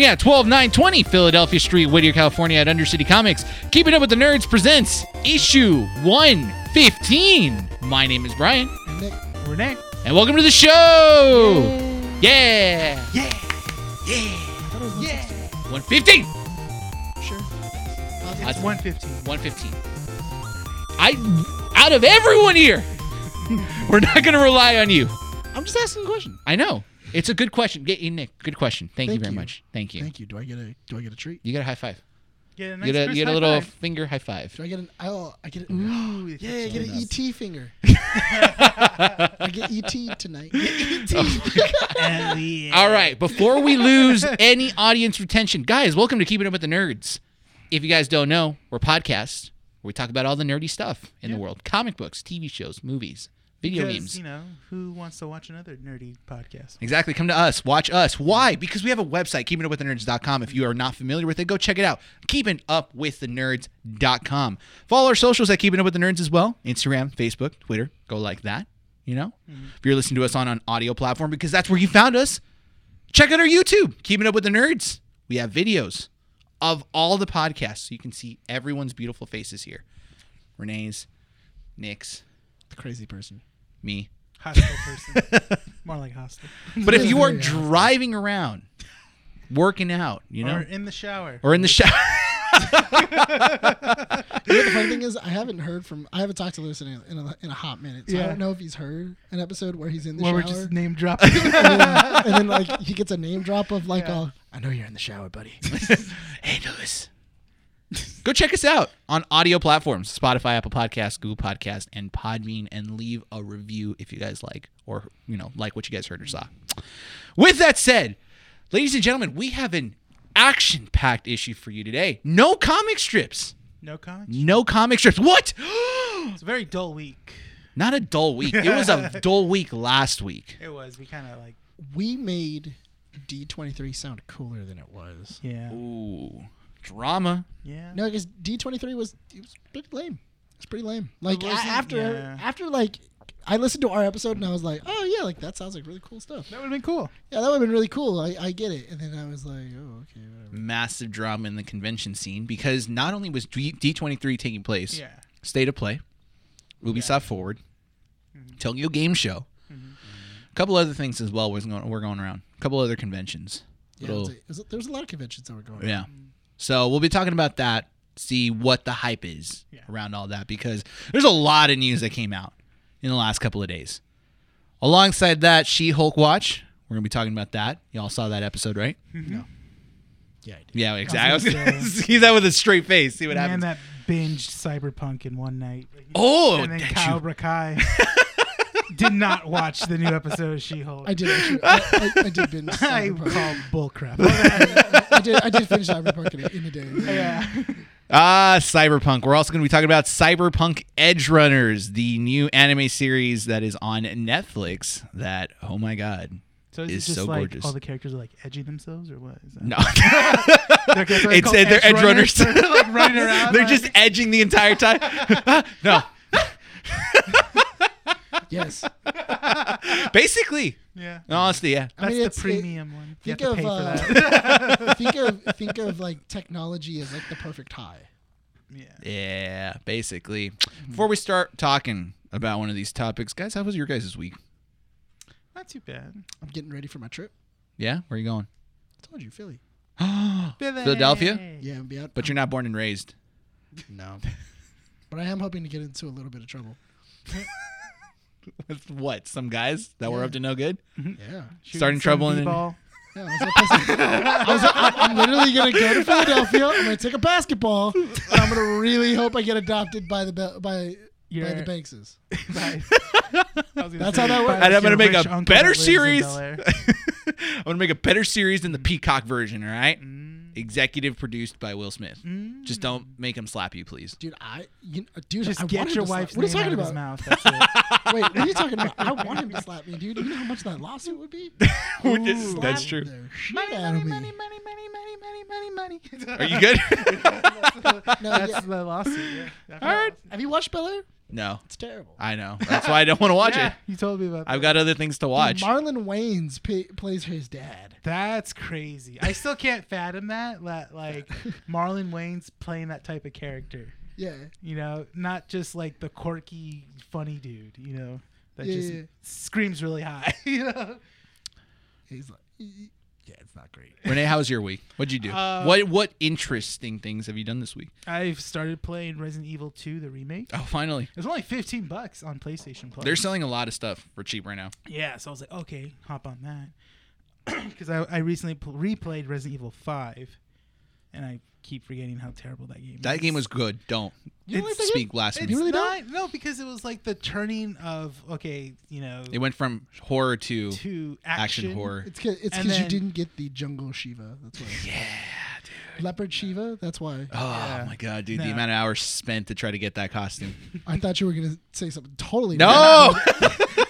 yeah, 12920 Philadelphia Street, Whittier, California at Undercity Comics. Keeping Up with the Nerds presents issue 115. My name is Brian, Nick, Renee. and welcome to the show. Yeah. Yeah. Yeah. Yeah. 115. Sure. That's- It's 115. 115. I, out of everyone here, we're not going to rely on you. I'm just asking a question. I know. It's a good question. Get you, Nick. Good question. Thank, you Thank very you. much. Thank you. Thank you. Do I get a do I get a treat? You got a high five. Get a, nice You get a, Chris you get a high little five. finger high five. Do I get an oh I get an Ooh, they Yeah, I put get you an in ET finger. I get ET tonight. E Oh a- Yeah. All right. Before we lose any audience retention, guys, welcome to Keeping Up with the Nerds. If you guys don't know, we're podcasts where we talk about all the nerdy stuff in the Yeah. world comic books, TV shows, movies, video Because, games. You know, who wants to watch another nerdy podcast? Exactly. Come to us. Watch us. Why? Because we have a website, keepingupwiththenerds.com. If you are not familiar with it, go check it out. Keepingupwiththenerds.com. Follow our socials at Keeping Up With The Nerds as well. Instagram, Facebook, Twitter. Go like that. You know? If you're listening to us on an audio platform, because that's where you found us, check out our YouTube, Keeping Up With The Nerds. We have videos of all the podcasts. So you can see everyone's beautiful faces here. Renee's, Nick's, The crazy person. me. Hostile person. More like hostile. But if you are Yeah. driving around, working out, you know, Or in the shower. or in the shower, You know what the funny thing is, I haven't heard from I haven't talked to Lewis in a, in a, in a hot minute, so I Yeah. don't know if he's heard an episode where he's in the Where shower. we're just name dropping. and, then, and then, like he gets a name drop of like Yeah. a, I know you're in the shower, buddy. hey Lewis, go check us out on audio platforms: Spotify, Apple Podcasts, Google Podcast, and Podbean, and leave a review if you guys like or you know like what you guys heard or saw. With that said, ladies and gentlemen, we have an action-packed issue for you today. No comic strips. no comics. No comic strips. What? It's a very dull week. Not a dull week. It was a dull week last week. It was. We kind of like. We made D23 sound cooler than it was. Yeah. Ooh, drama. Yeah. No, because D23 was it was pretty lame. It's pretty lame. Like a- wasn't- after yeah. after like I listened to our episode and I was like, oh yeah, like that sounds like really cool stuff. That would have been cool. Yeah, that would have been really cool. I, I get it. And then I was like, oh okay, whatever. massive drama in the convention scene because not only was D- D23 taking place, Yeah. State of Play, Ubisoft Forward, Mm-hmm. Tokyo Game Show, a couple other things as well was going, were going around, a couple other conventions. Yeah, Little- it's like- it was- there was a lot of conventions that were going. on. yeah. Mm-hmm. So we'll be talking about that, see what the hype is Yeah. around all that because there's a lot of news that came out in the last couple of days. Alongside that, She Hulk Watch. We're going to be talking about that. Y'all saw that episode, right? Yeah, I did. Yeah, exactly. I was gonna going to see that with a straight face, see what Man, happens. that binged Cyberpunk in one night. Oh, and then that you- Cobra Kai did not watch the new episode of She-Hulk. I did. Actually, I, I, I did binge. I Cyberpunk. call bullcrap. I did. I did finish Cyberpunk in, a- in a day. yeah. Ah, Cyberpunk. We're also going to be talking about Cyberpunk Edge Runners, the new anime series that is on Netflix. That oh my god, So is It's it just so like gorgeous. all the characters are like edging themselves or what? Is that no, They're, they're it's uh, called they're edge, runners. They're like running around. they're like- just edging the entire time. no, Yes. basically, yeah. in honesty, yeah. I That's mean, the it's- it- premium one. You have think of, to pay uh, for that. think of think of like technology as like the perfect high. yeah. Yeah, basically. Before we start talking about one of these topics, guys, how was your guys' week? Not too bad. I'm getting ready for my trip. Yeah, where are you going? I told you, Philly. Philadelphia? Yeah, I'm be out. But you're not born and raised. no. But I am hoping to get into a little bit of trouble. With what? Some guys that were up to no good? Yeah. Starting Shooting some trouble and then- b-ball. yeah I was not supposed to- I was, I'm, I'm literally gonna go to Philadelphia. I'm gonna take a basketball. And I'm gonna really hope I get adopted by the Be- by by You're- the Bankses. Bye. I was gonna That's say, how that works. bye and I'm gonna your make rich a uncle that better lives in series. Bel Air. I'm gonna make a better series than the Peacock version. All right, Mm. executive produced by Will Smith. Mm. Just don't make him slap you, please. Dude, I you know, dude, Just I get wanted your to slap- wife's What are you name out talking of his about? mouth. That's it. Wait, what are you talking about? I want him to slap me, dude. You know how much that lawsuit would be? Would you- Slap That's true. the shit Money, out of money, me. money, money, money, money, money, money, money. Are you good? No, yeah. That's the lawsuit. Yeah. Have you watched Bel Air? No, It's terrible. I know. That's why I don't want to watch it. You told me about that. I've got other things to watch. Marlon Wayans pa- plays his dad. That's crazy. I still can't fathom that. la- Like Marlon Wayne's playing that type of character. Yeah. You know, not just like the quirky, funny dude. You know, that Yeah, just yeah. screams really high. You know, He's like, yeah, it's not great. Renee, how's your week? What'd you do? Uh, what what interesting things have you done this week? I've started playing Resident Evil 2, the remake. Oh, finally. It was only 15 bucks on PlayStation Plus. They're selling a lot of stuff for cheap right now. Yeah, so I was like, okay, hop on that. Because I, I recently pl- replayed Resident Evil 5, and I keep forgetting how terrible that game That game was good. Don't You It's- like that game? speak It's blasphemy. really not, no, because it was like the turning of, okay, you know, It went from horror to to action. action horror. It's cause, it's And because you then- didn't get the jungle Shiva. That's why. Yeah, dude. Leopard Shiva. That's why. Oh Yeah. my god, dude! The No. amount of hours spent to try to get that costume. I thought you were gonna say something totally. No,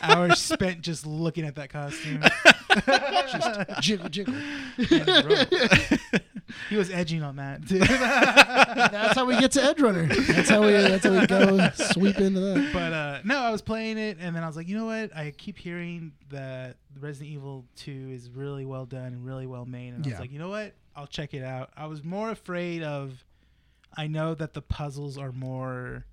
Hours spent just looking at that costume. different. Jiggle, jiggle. Yeah, bro. he was edging on that. too. That's how we get to Edge Runner. That's how we. That's how we go sweep into that. but uh, no, I was playing it, and then I was like, you know what? I keep hearing that Resident Evil 2 is really well done and really well made, and I Yeah. was like, you know what? I'll check it out. I was more afraid of. I know that the puzzles are more,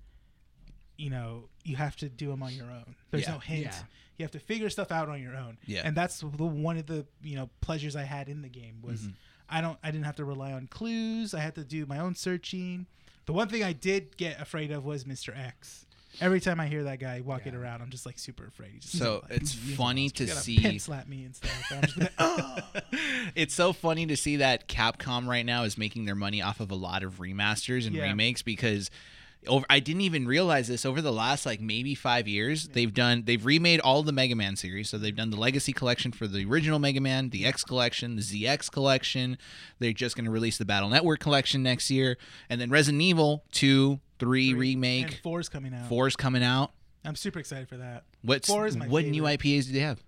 you know, you have to do them on your own. There's Yeah. no hint. Yeah. You have to figure stuff out on your own. Yeah. And that's the one of the you know pleasures I had in the game was Mm-hmm. I don't I didn't have to rely on clues. I had to do my own searching. The one thing I did get afraid of was Mr. X. Every time I hear that guy walking around, I'm just like super afraid. He's just so it's funny to he's gonna see. pin slap me and stuff. I'm just like, oh. It's so funny to see that Capcom right now is making their money off of a lot of remasters and Yeah. remakes because. Over, I didn't even realize this. Over the last like maybe five years, they've done they've remade all the Mega Man series. So they've done the Legacy Collection for the original Mega Man, the X Collection, the ZX Collection. They're just going to release the Battle Network Collection next year, and then Resident Evil two, three And remake, four's coming out. four's coming out. I'm super excited for that. What's Four is my what new favorite. IPAs do they have?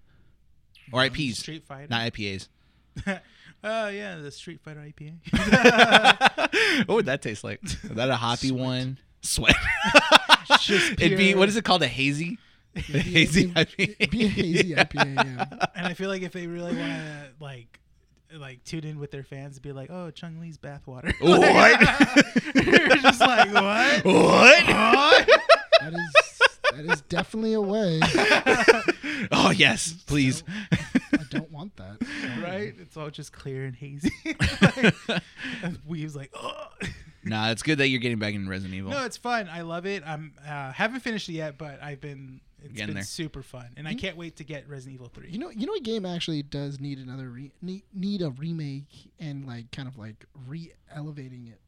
Or IPs, Street Fighter. not IPAs. Oh yeah, the Street Fighter IPA. what would that taste like? Is that a hoppy one? Sweat. just It'd be pure- what is it called? A hazy. A hazy It'd Be IPA. a hazy IPA. Yeah. And I feel like if they really want to like like tune in with their fans, be like, oh, Chung Lee's bathwater. What? You're just like what? what? That is. That is definitely a way. oh yes, please. I don't want that. right? It's all just clear and hazy. like, and Weave's like, oh. nah, it's good that you're getting back in Resident Evil. No, it's fun. I love it. I'm uh, haven't finished it yet, but I've been it's Getting been there. Mm-hmm. super fun, and I can't wait to get Resident Evil Three. You know, you know, a game actually does need another re- need, need a remake and like kind of like re-elevating it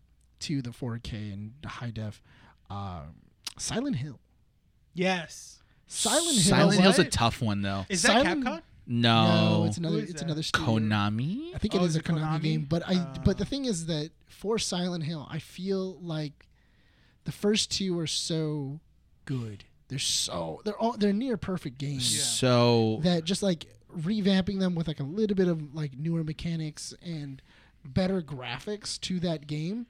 to the 4K and high def. Um, Silent Hill. yes. Silent Hill. Silent Hill's a What? tough one though. Is Silent- that Capcom? No, No, it's another. is It's that? another. Studio. Konami. I think it Oh, is is a it Konami, Konami? game, but I. Oh. but the thing is that for Silent Hill, I feel like the first two are so good. They're so they're all they're near perfect games. So that just like revamping them with like a little bit of like newer mechanics and better graphics to that game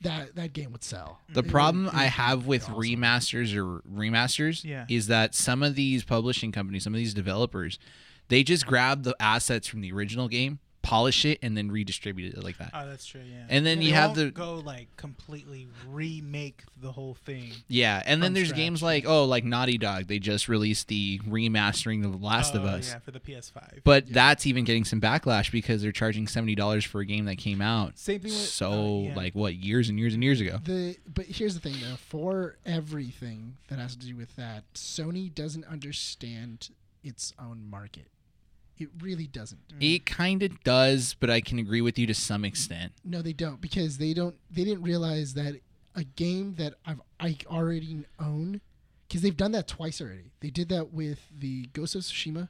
that that game would sell The Mm-hmm. problem I have with awesome. remasters or remasters Yeah. is that some of these publishing companies, some of these developers, they just grab the assets from the original game, polish it, and then redistribute it like that. Oh, that's true. Yeah. And then They you have won't the- go like completely remake the whole thing. yeah, and then from there's scratch. games like oh, like Naughty Dog, they just released the remastering of The Last of Oh, Us. Yeah, for the PS5. But that's even getting some backlash because they're charging seventy dollars for a game that came out Same thing with so oh, yeah. like what years and years and years ago. the but here's the thing though for everything that has to do with that sony doesn't understand its own market it really doesn't Mm-hmm. It kind of does, but I can agree with you to some extent. no they don't because they don't they didn't realize that a game that i've i already own because they've done that twice already they did that with the ghost of tsushima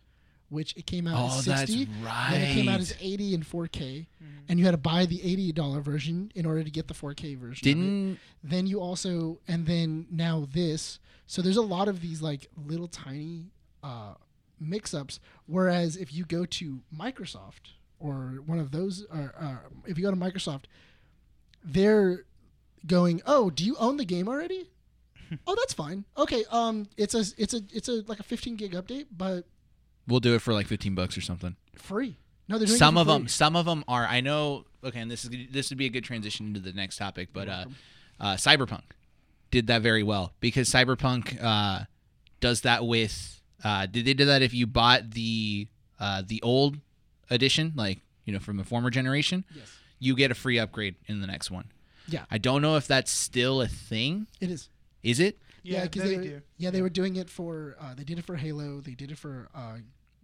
which it came out Uh, Oh, as 60 that's And it came out right. as 80 and 4K, and you had to buy the $80 version in order to get the 4K version. of it. Didn't then you also, and then now this. So there's a lot of these like little tiny uh, mix ups. Whereas if you go to Microsoft or one of those, or, or if you go to Microsoft, they're going, oh, do you own the game already? oh, that's fine. Okay, um, it's a it's a it's a like a 15 gig update, but We'll do it for like 15 bucks or something. free. No, there's Some of them some of them are I know okay, and this is this would be a good transition into the next topic, but uh, uh Cyberpunk did that very well because Cyberpunk uh does that with uh did they do that if you bought the uh the old edition like, you know, from a former generation, Yes. you get a free upgrade in the next one. Yeah. I don't know if that's still a thing. It is. Is it? Yeah, because they, were, do. Yeah, they were doing it for uh, they did it for Halo. They did it for uh,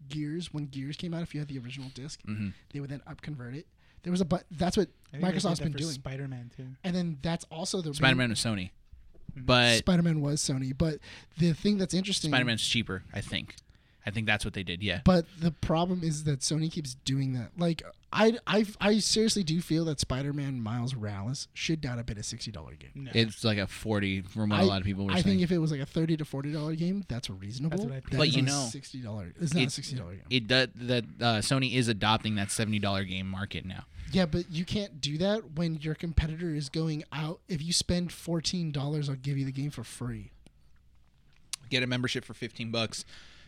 Gears when Gears came out. If you had the original disk Mm-hmm. they would then upconvert it. There was a but that's what Microsoft's been doing, Spider Man too. and then that's also the Spider Man was Sony, but Spider Man was Sony, but the thing that's interesting. Spider Man's cheaper, I think. I think that's what they did. Yeah. But the problem is that Sony keeps doing that. Like I, I, I seriously do feel that Spider Man Miles Morales should not have been a sixty dollar game. No. It's like a 40 from what a I- lot of people were I saying. think if it was like a thirty to forty dollar game, that's reasonable. what I think. That But is you not know, sixty dollar. It's not a it- sixty dollar game. it does that uh, Sony is adopting that $70 game market now. Yeah, but you can't do that when your competitor is going out. If you spend fourteen dollars, I'll give you the game for free. Get a membership for 15 bucks.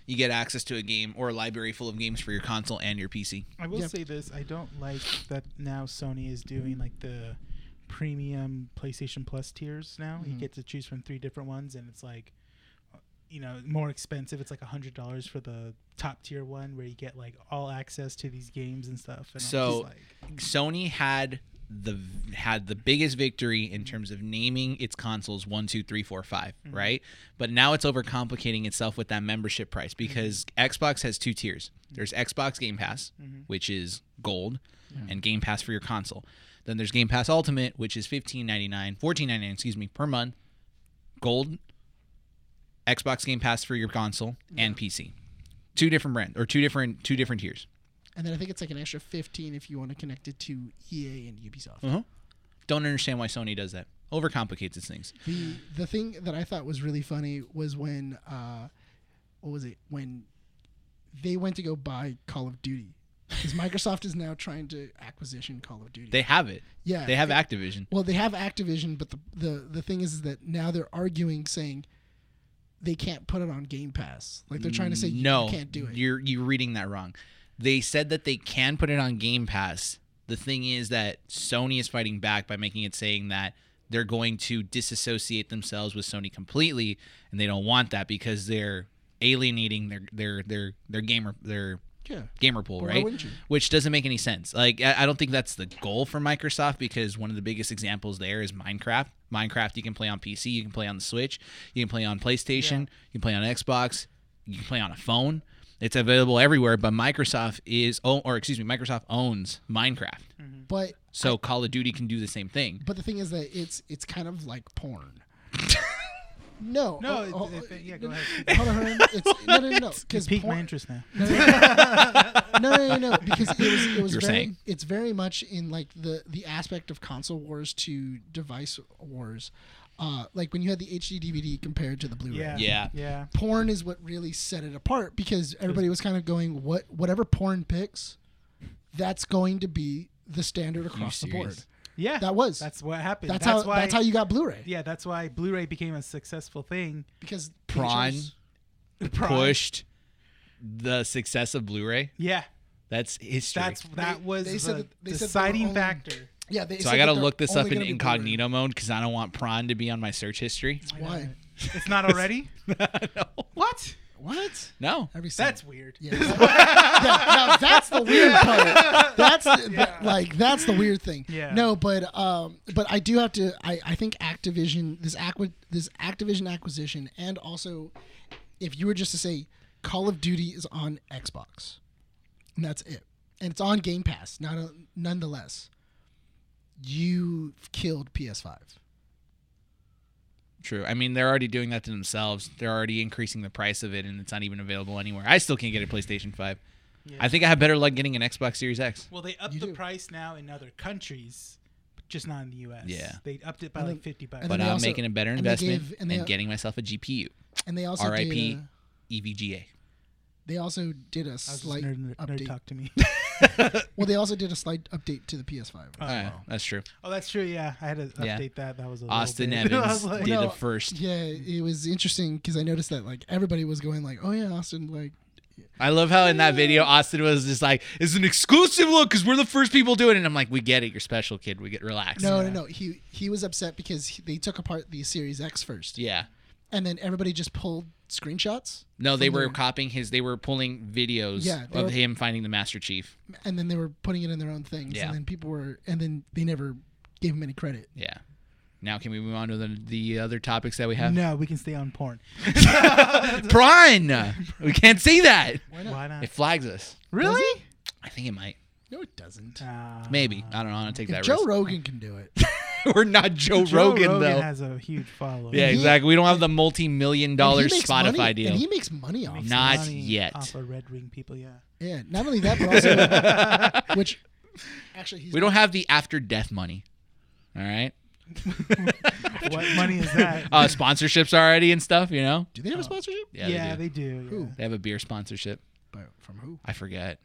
You get access to a game or a library full of games for your console and your PC. I will Yeah. say this: I don't like that now. Sony is doing like the premium PlayStation Plus tiers now. Mm-hmm. You get to choose from three different ones, and it's like, uh, you know, more expensive. It's like a hundred dollars for the top tier one, where you get like all access to these games and stuff. And I'm just So- like, Sony had the had the biggest victory in terms of naming its consoles one, two, three, four, five, right? But now it's overcomplicating itself with that membership price because Xbox has two tiers. There's Xbox Game Pass, which is gold, and Game Pass for your console. Then there's Game Pass Ultimate, which is fifteen ninety nine, fourteen ninety nine, excuse me, per month. Gold, Xbox Game Pass for your console and PC. Two different brands or two different two different tiers. And then I think it's like an extra fifteen if you want to connect it to EA and Ubisoft. Uh-huh. Don't understand why Sony does that. Overcomplicates its things. The the thing that I thought was really funny was when uh, what was it? When they went to go buy Call of Duty. Because Microsoft is now trying to acquisition Call of Duty. They have it. yeah, They have Activision. Well, they have Activision, but the the, the thing is, is that now they're arguing saying they can't put it on Game Pass. Like they're trying to say you- no, you can't do it. You're you're reading that wrong. They said that they can put it on Game Pass. The thing is that Sony is fighting back by making it saying that they're going to disassociate themselves with Sony completely, and they don't want that because they're alienating their their their their gamer their Yeah. gamer pool, Why right? wouldn't you? Which doesn't make any sense. Like I, I don't think that's the goal for Microsoft because one of the biggest examples there is Minecraft. Minecraft you can play on PC, you can play on the Switch, you can play on PlayStation, you can play on Xbox, you can play on a phone. It's available everywhere, but Microsoft is oh, or excuse me, Microsoft owns Minecraft. But So Call of Duty can do the same thing. but the thing is that it's it's kind of like porn. no. no, oh, oh, it- it- yeah, go ahead. Hold on, hold on. It's, no, no, no, no. You Because piqued my porn, interest now. no, no, no, no, because it was it was You're very saying. it's very much in like the the aspect of console wars to device wars, uh, like when you had the HD DVD compared to the Blu-ray. Yeah, Yeah. yeah. porn is what really set it apart because everybody was kind of going what whatever porn picks that's going to be the standard across the board serious? Yeah, that was that's, that's what happened. That's, how why. that's how you got blu-ray yeah, that's why Blu-ray became a successful thing. because Prawn pictures- pushed the success of Blu-ray. Yeah, That's history. that's that was they the said that- they said they were deciding only- factor. yeah they so said I gotta that they're look this up only in gonna be Blu-ray. incognito mode because I don't want Prawn to be on my search history. why It's not already. no. what? what No. every single- That's weird. yeah, Yeah, no, that's the weird part. That's the, that- like that's the weird thing. Yeah. No, but um, but I do have to. I, I think Activision this aqua this Activision acquisition, and also, if you were just to say Call of Duty is on Xbox, and that's it, and it's on Game Pass. Not a, nonetheless, you killed PS Five. True. I mean, they're already doing that to themselves. They're already increasing the price of it, and it's not even available anywhere. I still can't get a PlayStation 5. I think I have better luck getting an Xbox Series X. Well, they upped You the do. price now in other countries, but just not in the U.S. Yeah. they upped it by And like then- fifty bucks. and But they I'm also- making a better and they investment and, gave- and they- getting myself a GPU. And they also did RIP a- EVGA. they also did a I was just slight nerd, nerd update. talk to me. Well, they also did a slight update to the PS5. Oh, Yeah, wow. that's true. oh, that's true. Yeah, I had to Yeah. update that. That was a little Austin bit- I Evans was like- did No. the first. Yeah, it was interesting because I noticed that like everybody was going like, "Oh yeah, Austin," like I love how in that video Austin was just like, "It's an exclusive look because we're the first people doing it." And I'm like, "We get it. You're special, kid. We get relaxed." no, no, no. He he was upset because he, they took apart the Series X first, Yeah. and then everybody just pulled screenshots, No, they From were there. copying his. They were pulling videos Yeah, they of were- him finding the Master Chief. and then they were putting it in their own things, Yeah. and then people were, and then they never gave him any credit. Yeah. Now can we move on to the, the other topics that we have? No, we can stay on porn. Prime. we can't see that. Why not? Why not? It flags us. really? I think it might. No, it doesn't. Ah. Maybe. I don't know. I don't take If that Joe risk. Rogan can do it. We're not Joe, Joe Rogan, though. has a huge following. yeah, He- exactly. We don't have the multi-million dollar And he makes Spotify money, deal. And he makes money off. Makes Not money yet. Off of Red Ring people, yeah. Yeah, not only that, but also which actually he's we don't have the after death money. All right. What money is that? Uh, sponsorships already and stuff. You know. Do they have a sponsorship? Oh. Yeah. they, do. they do. yeah. Who? They have a beer sponsorship. But from who? I forget.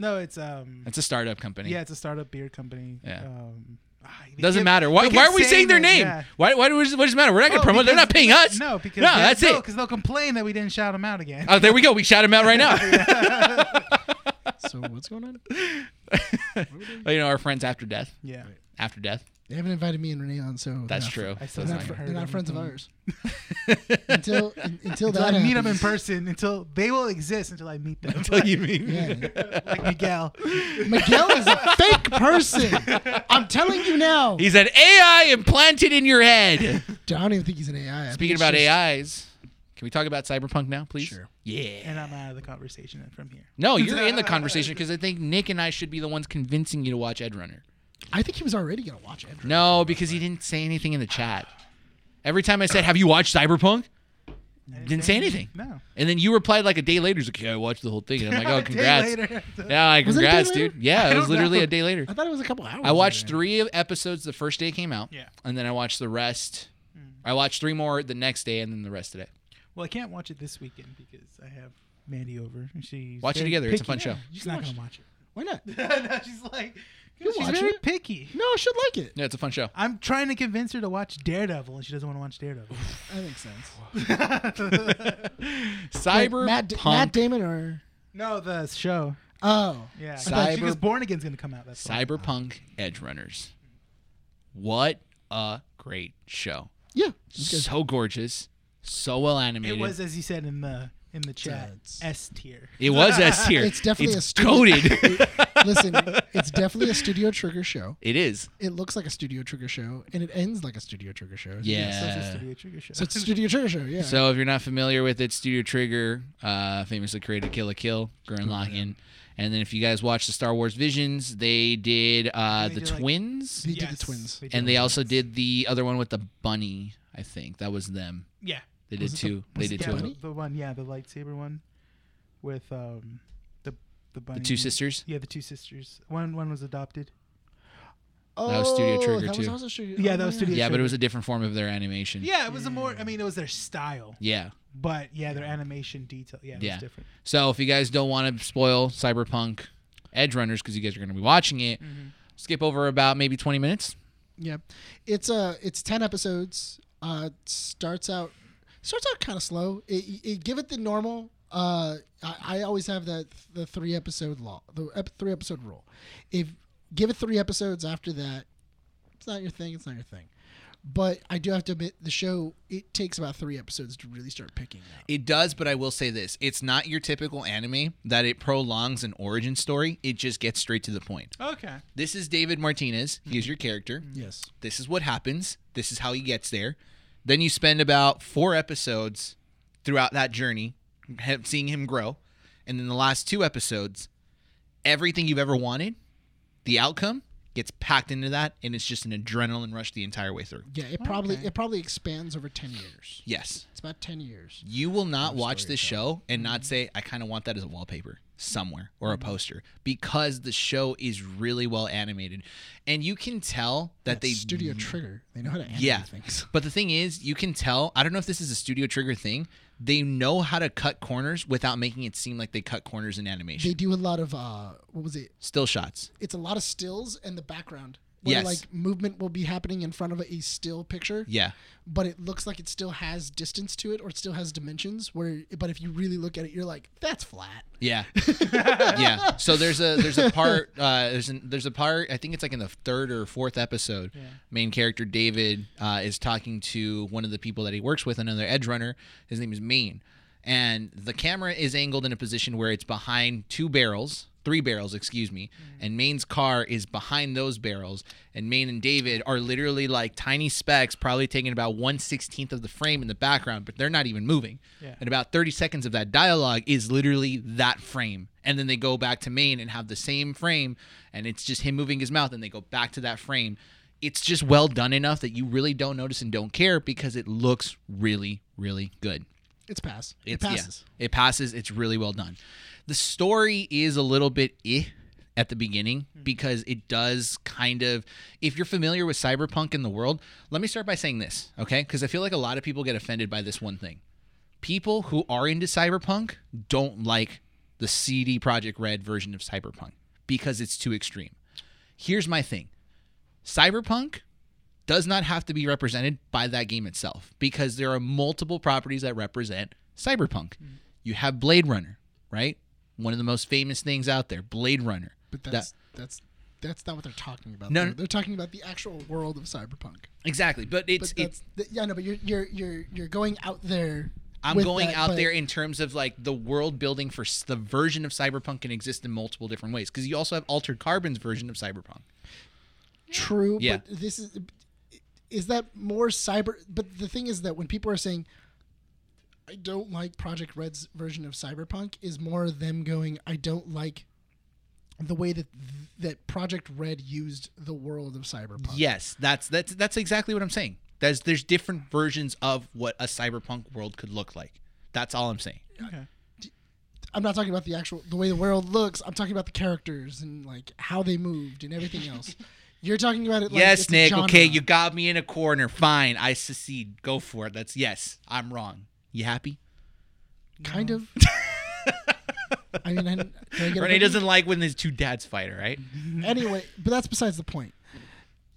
No, it's um. It's a startup company. Yeah, it's a startup beer company. Yeah. Um, ah, they Doesn't kept- matter. they Why, kept why are we saying their it, name? yeah. Why? Why do we? What does it matter? We're not gonna Oh, promote. They're because- not paying us. No, because no, that's it. Because they'll complain that we didn't shout them out again. Oh, there we go. We shout him out right now. So what's going on? Well, you know, our friends after death. yeah. After death. They haven't invited me and Renee on, so they're That's not- true. I So still it's They're not not, good. haven't fr- they're not heard friends of anything. ours. until un- until Until that I meet them in happens. person. Until they will exist until I meet them. Until you mean. Yeah. like Miguel. Miguel is a fake person. I'm telling you now. He's an AI implanted in your head. I don't even think he's an AI. I think Speaking it's about just- AIs, can we talk about cyberpunk now, please? Sure. Yeah. And I'm out of the conversation from here. No, you're in the conversation because I think Nick and I should be the ones convincing you to watch Ed Runner. I think he was already gonna watch it. No, because he didn't say anything in the chat. Every time I said, "Have you watched Cyberpunk?" I Didn't say anything. No. and then you replied like a day later. He's like, "Yeah, I watched the whole thing," and I'm like, A "Oh, day congrats!" later. Yeah, like, Was it a day congrats, later? dude. Yeah, I it was don't literally know. a day later. I thought it was a couple hours. I watched in there. three of- episodes the first day it came out. Yeah. And then I watched the rest. I watched three more the next day and then the rest today. Well, I can't watch it this weekend because I have Mandy over. And she's Watch it very together. It's a fun picky. show. She's not going to watch it. Why not? no, she's like, she's watch very it. picky. No, she'll like it. Yeah, it's a fun show. I'm trying to convince her to watch Daredevil, and she doesn't want to watch Daredevil. That makes sense. Wait, Cyber Matt, Matt Damon or no, the show. oh Yeah, Cyber- Cyber- because Born Again's gonna come out. That's why. Cyberpunk Edge Runners. What a great show. yeah. So gorgeous, so well It animated. was as you said in the in the chat. it's- S tier. It was S tier. It's definitely a it's studio- goated. Listen, it's definitely a Studio Trigger show. it is. It looks like a Studio Trigger show, and it ends like a Studio Trigger show. Yeah. So it's a Studio Trigger show. Yeah. So if you're not familiar with it, Studio Trigger uh, famously created Kill a Kill, Gurren Lagann, and then if you guys watch the Star Wars Visions, they did uh, They the did, like- twins, They did the twins. and they also did the other one with the bunny. I think that was them. yeah. They did Was it the- two. they was did it yeah, two. bunny? The, The, the one, yeah, the lightsaber one, with um, the the bunny. two sisters. Yeah, the two sisters. One one was adopted. oh, was Studio Trigger, that was too. also Studio- Yeah, oh, that was yeah. Studio- Yeah, but it Trigger. was a different form of their animation. Yeah, it was a more. I mean, it was their style, Yeah. but yeah, their animation detail. Yeah, it Yeah. was different. So if you guys don't want to spoil Cyberpunk Edge Runners because you guys are going to be watching it, skip over about maybe 20 minutes. Yeah, it's uh it's ten episodes. Uh, it starts out starts out kind of slow. It, it give it the normal. Uh, I, I always have that the three episode law, the ep- three episode rule. If give it three episodes after that, it's not your thing. It's not your thing. But I do have to admit, the show it takes about three episodes to really start picking up. It does, but I will say this: it's not your typical anime that it prolongs an origin story. It just gets straight to the point. Okay. This is David Martinez. He's your character. Yes, This is what happens. This is how he gets there. Then you spend about four episodes throughout that journey, have- seeing him grow, and then the last two episodes, everything you've ever wanted, the outcome gets packed into that, and it's just an adrenaline rush the entire way through. yeah. It probably Okay. it probably expands over ten years. Yes. It's about ten years. You will not watch this show and not say, I kind of want that as a wallpaper. somewhere or a poster because the show is really well animated, and you can tell that they Studio Trigger. They know how to animate Yeah. things. But the thing is, you can tell. I don't know if this is a Studio Trigger thing. They know how to cut corners without making it seem like they cut corners in animation. They do a lot of uh, what was it? Still shots. It's a lot of stills and the background. Where Yes. like movement will be happening in front of a still picture. Yeah. But it looks like it still has distance to it or it still has dimensions where but if you really look at it, you're like, that's flat. Yeah, yeah. So there's a there's a part uh, there's an, there's a part I think it's like in the third or fourth episode. Main character David uh, is talking to one of the people that he works with, another edge runner. His name is Main, and the camera is angled in a position where it's behind two barrels, three barrels, excuse me, and Main's car is behind those barrels, and Main and David are literally like tiny specks, probably taking about one sixteenth of the frame in the background, but they're not even moving. Yeah. And about 30 seconds of that dialogue is literally that frame. And then they go back to Maine and have the same frame, and it's just him moving his mouth, and they go back to that frame. It's just well done enough that you really don't notice and don't care because it looks really, really good. It's pass. it It's, yeah, passes. it passes. It's really well done. The story is a little bit eh at the beginning Hmm. because it does kind of. If you're familiar with cyberpunk in the world, let me start by saying this, okay? Because I feel like a lot of people get offended by this one thing. People who are into cyberpunk don't like the CD Project Red version of cyberpunk because it's too extreme. Here's my thing cyberpunk does not have to be represented by that game itself because there are multiple properties that represent cyberpunk. Mm. You have Blade Runner, right? One of the most famous things out there, Blade Runner. But That- that's that's that's not what they're talking about. No, they're, no. they're talking about the actual world of cyberpunk. exactly, but it's But it's that's th- yeah, no, but you're you're you're you're going out there. I'm with going that, out but there in terms of like the world building for s- the version of cyberpunk can exist in multiple different ways because you also have Altered Carbon's version of cyberpunk. True. Yeah. But this is is that more cyber? But the thing is that when people are saying, "I don't like Project Red's version of cyberpunk," is more them going, "I don't like." The way that th- that Project Red used the world of cyberpunk. Yes, that's that's that's exactly what I'm saying. There's there's different versions of what a cyberpunk world could look like. That's all I'm saying. Okay. I'm not talking about the actual the way the world looks. I'm talking about the characters and like how they moved and everything else. You're talking about it. Like yes, it's a Nick. genre. Okay, you got me in a corner. Fine, I secede. Go for it. That's yes. I'm wrong. You happy? kind of. I mean, I, can I get a Renee boogie? doesn't like when his two dads fight. All right. anyway, but that's besides the point.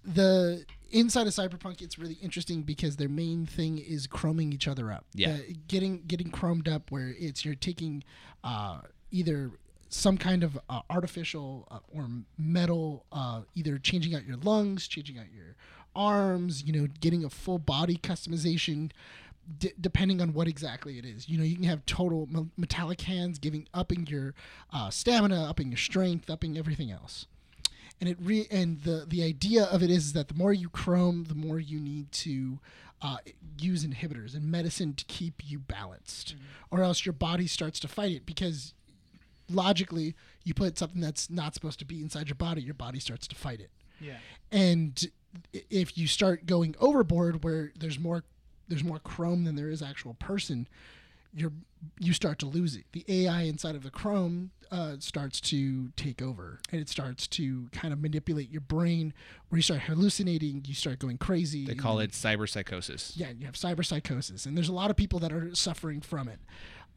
The inside of Cyberpunk, it's really interesting because their main thing is chroming each other up. Yeah. Uh, getting getting chromed up where it's you're taking uh, either some kind of uh, artificial uh, or metal, uh, either changing out your lungs, changing out your arms, you know, getting a full body customization. D- depending on what exactly it is, you know, you can have total me- metallic hands, giving upping your uh, stamina, upping your strength, upping everything else and it re and the the idea of it is that the more you chrome the more you need to uh, use inhibitors and medicine to keep you balanced or else your body starts to fight it because logically you put something that's not supposed to be inside your body your body starts to fight it Yeah. and i- if you start going overboard where there's more there's more chrome than there is actual person you're you start to lose it the ai inside of the chrome uh, starts to take over and it starts to kind of manipulate your brain where you start hallucinating you start going crazy They call it cyber psychosis. yeah, you have cyberpsychosis, and there's a lot of people that are suffering from it.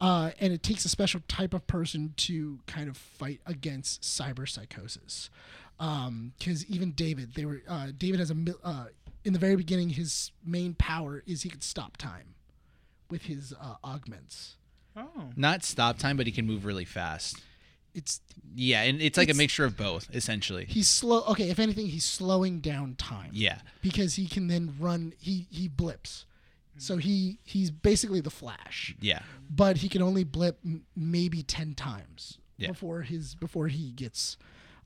Uh, and it takes a special type of person to kind of fight against cyberpsychosis. Because even David, they were uh, David has a mil- uh, in the very beginning, his main power is he could stop time with his uh, augments. Oh. Not stop time, but he can move really fast. It's Yeah, and it's like It's- a mixture of both, essentially. he's slow. Okay, if anything, he's slowing down time. Yeah, because he can then run. He he blips, so he he's basically the Flash. yeah, but he can only blip m- maybe 10 times Yeah. before his before he gets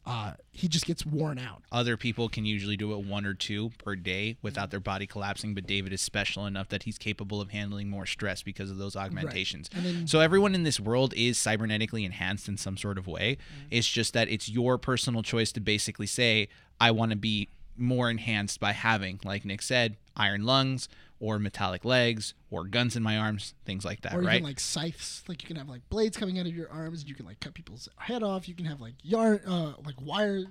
uh he just gets worn out other people can usually do it one or two per day without their body collapsing, but David is special enough that he's capable of handling more stress because of those augmentations. And then- so everyone in this world is cybernetically enhanced in some sort of way. Mm-hmm. It's just that it's your personal choice to basically say, I want to be more enhanced by having, like Nick said, iron lungs or metallic legs or guns in my arms, things like that, or right? even like scythes. Like you can have like blades coming out of your arms, and you can like cut people's head off. You can have like yarn, uh, like wire,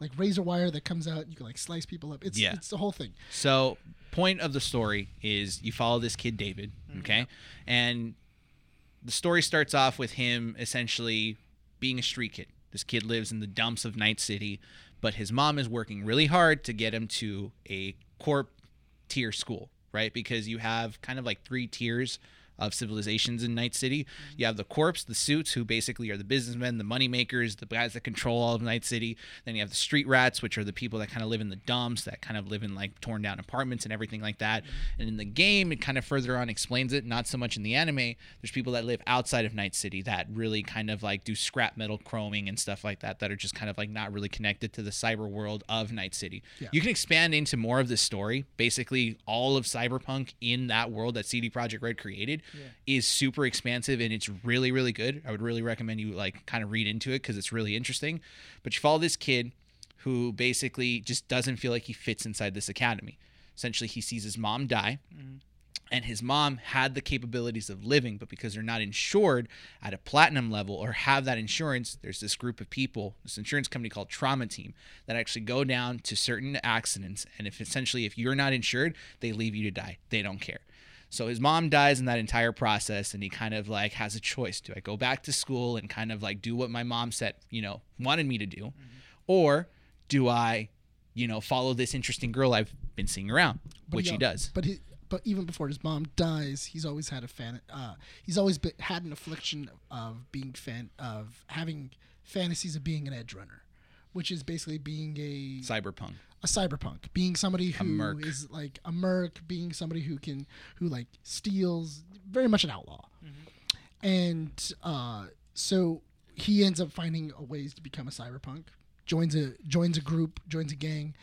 like razor wire that comes out. You can like slice people up. It's Yeah. it's the whole thing. So, point of the story is you follow this kid David, okay? And the story starts off with him essentially being a street kid. This kid lives in the dumps of Night City, but his mom is working really hard to get him to a corp tier school, right? Because you have kind of like three tiers of civilizations in Night City. You have the corps, the suits, who basically are the businessmen, the money makers, the guys that control all of Night City. Then you have the street rats, which are the people that kind of live in the dumps, that kind of live in like torn down apartments and everything like that. And in the game, it kind of further on explains it, not so much in the anime. There's people that live outside of Night City that really kind of like do scrap metal chroming and stuff like that, that are just kind of like not really connected to the cyber world of Night City. Yeah. You can expand into more of this story. Basically, all of cyberpunk in that world that CD Projekt Red created is super expansive and it's really really good. I would really recommend you like kind of read into it because it's really interesting. But you follow this kid who basically just doesn't feel like he fits inside this academy. Essentially, he sees his mom die. And his mom had the capabilities of living, but because they're not insured at a platinum level or have that insurance, there's this group of people, this insurance company called Trauma Team, that actually go down to certain accidents. And if essentially, if you're not insured, they leave you to die. They don't care. So his mom dies in that entire process, and he kind of like has a choice: do I go back to school and kind of like do what my mom said, you know, wanted me to do, or do I, you know, follow this interesting girl I've been seeing around, which he al- does. But he, but even before his mom dies, he's always had a fan. Uh, he's always been, had an affliction of being fan of having fantasies of being an edge runner, which is basically being a Cyberpunk. a cyberpunk, being somebody who is merc. like a merc, being somebody who can who like steals, very much an outlaw. And uh, so he ends up finding a ways to become a cyberpunk, joins a joins a group, joins a gang.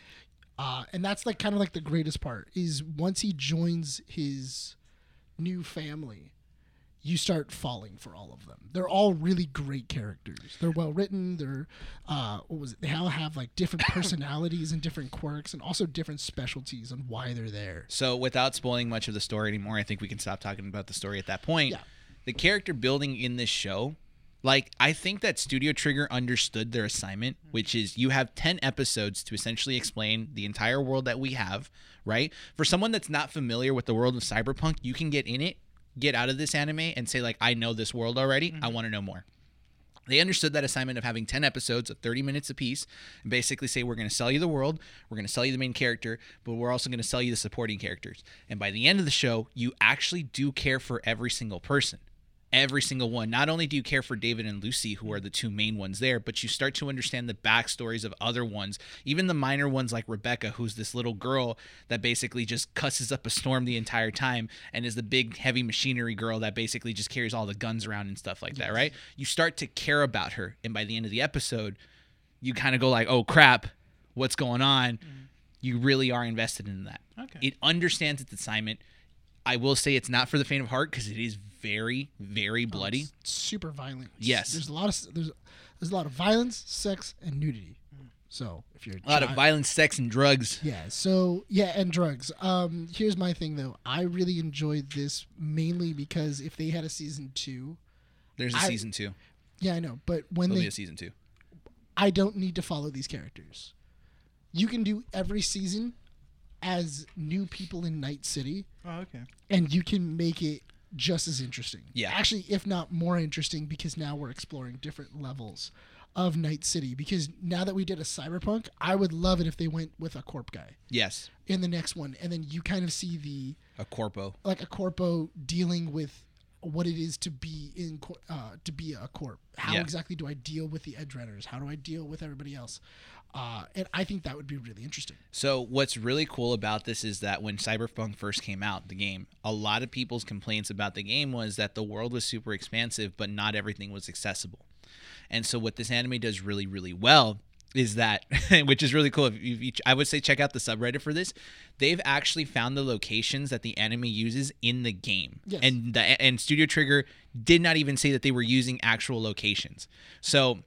Uh, and that's like kind of like the greatest part is once he joins his new family, you start falling for all of them. They're all really great characters. They're well written. They're uh, what was it? They all have like different personalities and different quirks, and also different specialties on why they're there. So, without spoiling much of the story anymore, I think we can stop talking about the story at that point. Yeah. The character building in this show, like, I think that Studio Trigger understood their assignment, which is you have 10 episodes to essentially explain the entire world that we have, right? For someone that's not familiar with the world of cyberpunk, you can get in it, get out of this anime, and say, like, I know this world already. I want to know more they understood that assignment of having 10 episodes of 30 minutes apiece and basically say we're going to sell you the world we're going to sell you the main character but we're also going to sell you the supporting characters and by the end of the show you actually do care for every single person every single one not only do you care for david and lucy who are the two main ones there but you start to understand the backstories of other ones even the minor ones like rebecca who's this little girl that basically just cusses up a storm the entire time and is the big heavy machinery girl that basically just carries all the guns around and stuff like that right you start to care about her and by the end of the episode you kind of go like oh crap what's going on you really are invested in that Okay. it understands its assignment i will say it's not for the faint of heart because it is very very bloody It's super violent. Yes. there's a lot of there's there's a lot of violence, sex, and nudity. So if you're a lot of violence sex and drugs Yeah. So yeah, and drugs. Um, here's my thing though. I really enjoyed this mainly because if they had a season two, there's a I- season two yeah, I know. But when there'll they, be a season two I don't need to follow these characters. You can do every season as new people in Night City, Oh, okay. and you can make it just as interesting. Yeah. Actually, if not more interesting, because now we're exploring different levels of Night City. Because now that we did a cyberpunk, I would love it if they went with a corp guy yes in the next one, and then you kind of see the a corpo like a corpo dealing with what it is to be in cor- uh, to be a corp. How Yeah. exactly do I deal with the edge runners? How do I deal with everybody else? Uh, and I think that would be really interesting. So what's really cool about this is that when Cyberpunk first came out, the game, a lot of people's complaints about the game was that the world was super expansive, but not everything was accessible. And so what this anime does really, really well is that, which is really cool. If you, you- I would say check out the subreddit for this. They've actually found the locations that the anime uses in the game, Yes. and the, and Studio Trigger did not even say that they were using actual locations. So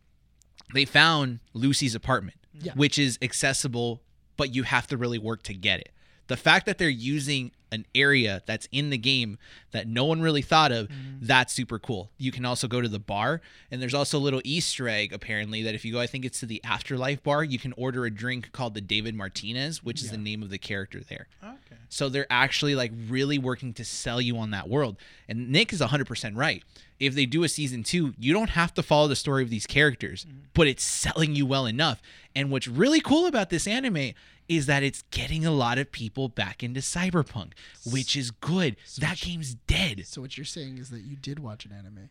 they found Lucy's apartment, Yeah. which is accessible, but you have to really work to get it. The fact that they're using an area that's in the game that no one really thought of, that's super cool. You can also go to the bar, and there's also a little Easter egg apparently that if you go, I think it's to the Afterlife bar, you can order a drink called the David Martinez, which is the name of the character there. Okay. So they're actually like really working to sell you on that world. And Nick is 100% right. If they do a season two, you don't have to follow the story of these characters, Mm-hmm. but it's selling you well enough. And what's really cool about this anime is that it's getting a lot of people back into cyberpunk, which is good. That game's dead. So what you're saying is that you did watch an anime.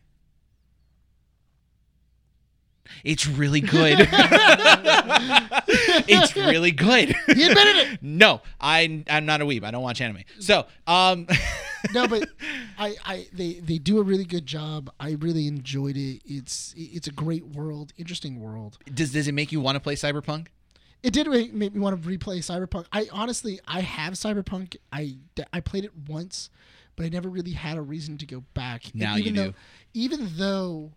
It's really good. it's really good. He admitted it. No, I I'm not a weeb. I don't watch anime. So, um No, but I, I they they do a really good job. I really enjoyed it. It's it's a great world, interesting world. does does it make you want to play cyberpunk? It did make, make me want to replay Cyberpunk. I honestly I have Cyberpunk. I I played it once, but I never really had a reason to go back. And Now you even though, do. Even though,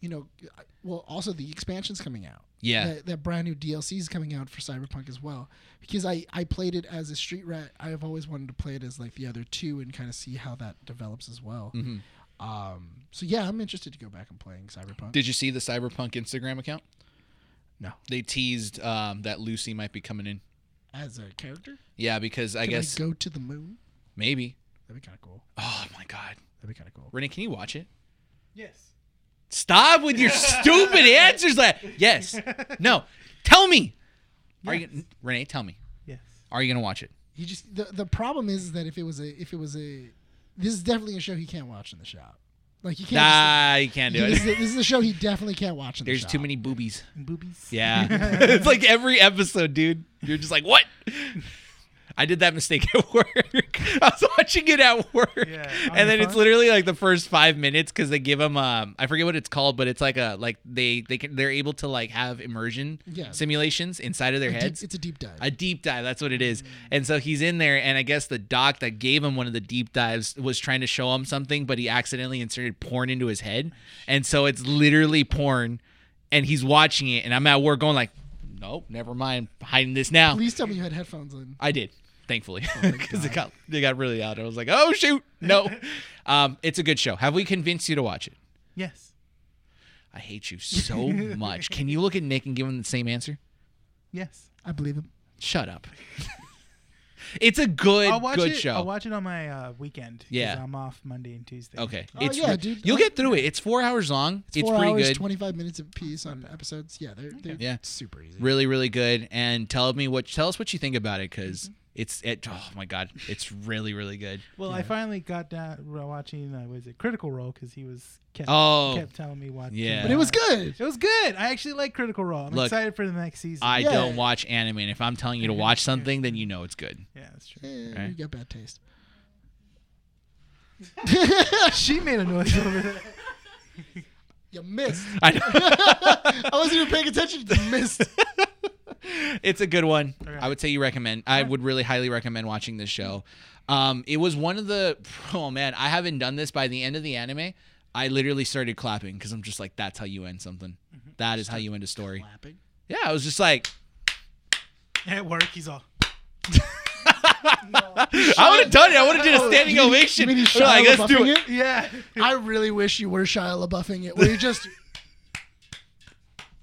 you know, I- well, also the expansion's coming out. Yeah. That, that brand new DLC is coming out for Cyberpunk as well. Because I, I played it as a street rat. I've always wanted to play it as like the other two and kind of see how that develops as well. Mm-hmm. Um, so yeah, I'm interested to go back and playing Cyberpunk. Did you see the Cyberpunk Instagram account? No. They teased um, that Lucy might be coming in. as a character, Yeah, because I Can guess go to the moon. maybe. That'd be kind of cool. Oh my God, That'd be kind of cool. Renee, can you watch it? Yes. Stop with your stupid answers. That yes, no. Tell me. Are you Renee? Tell me. Yes. Are you gonna watch it? He just the the problem is that if it was a if it was a this is definitely a show he can't watch in the shop. Like you can't. Nah, you can't just, do this, is it. a, this is a show he definitely can't watch in the There's shop. too many boobies. And boobies. Yeah, it's like every episode, dude. You're just like, what? I did that mistake at work. I was watching it at work, Yeah, and on your then it's phone? literally like the first five minutes because they give them um I forget what it's called, but it's like a like they they can, they're able to like have immersion Yeah. simulations inside of their Deep- heads. it's a deep dive. A deep dive, that's what it is. And so he's in there, and I guess the doc that gave him one of the deep dives was trying to show him something, but he accidentally inserted porn into his head. And so it's literally porn, and he's watching it, and I'm at work going like, nope, never mind, hiding this now. Please tell me you had headphones in. I did, thankfully, Oh because it got they got really out. I was like, oh shoot, no. um, it's a good show. Have we convinced you to watch it? Yes. I hate you so much. Can you look at Nick and give him the same answer? Yes. I believe him. Shut up. it's a good, I'll watch good it. show. I'll watch it on my uh, weekend. 'cause Yeah. I'm off Monday and Tuesday. Okay. Oh, it's yeah, re- dude. You'll get through it. It's four hours long. It's, Four pretty hours, good. twenty five minutes apiece on episodes. Yeah, they're, they're Yeah. super easy. Really, really good. And tell me what. Tell us what you think about it, because Mm-hmm. it's it. Oh my god, it's really, really good. Well, I finally got down re- watching. Uh, was it Critical Role? Because he was kept, Oh. kept telling me watch. Yeah. But it was good. It was good. I actually like Critical Role. I'm Look, excited for the next season. I Yeah. don't watch anime, and if I'm telling you to watch something, then you know it's good. yeah, that's true. Eh, Right. You got bad taste. she made a noise over there. You missed. I know. I wasn't even paying attention. You missed. it's a good one. Okay. I would say you recommend. I would really highly recommend watching this show. Um, it was one of the. Oh man, I haven't done this. By the end of the anime, I literally started clapping because I'm just like, that's how you end something. Mm-hmm. That is how you end a story. Clapping. Yeah, I was just like, At work, he's all. I would have done it. I would have did a standing You mean- ovation. you mean he's I'm like, Shia let's do LaBeoufing it. it? Yeah. I really wish you were Shia LaBeoufing it. Where you just,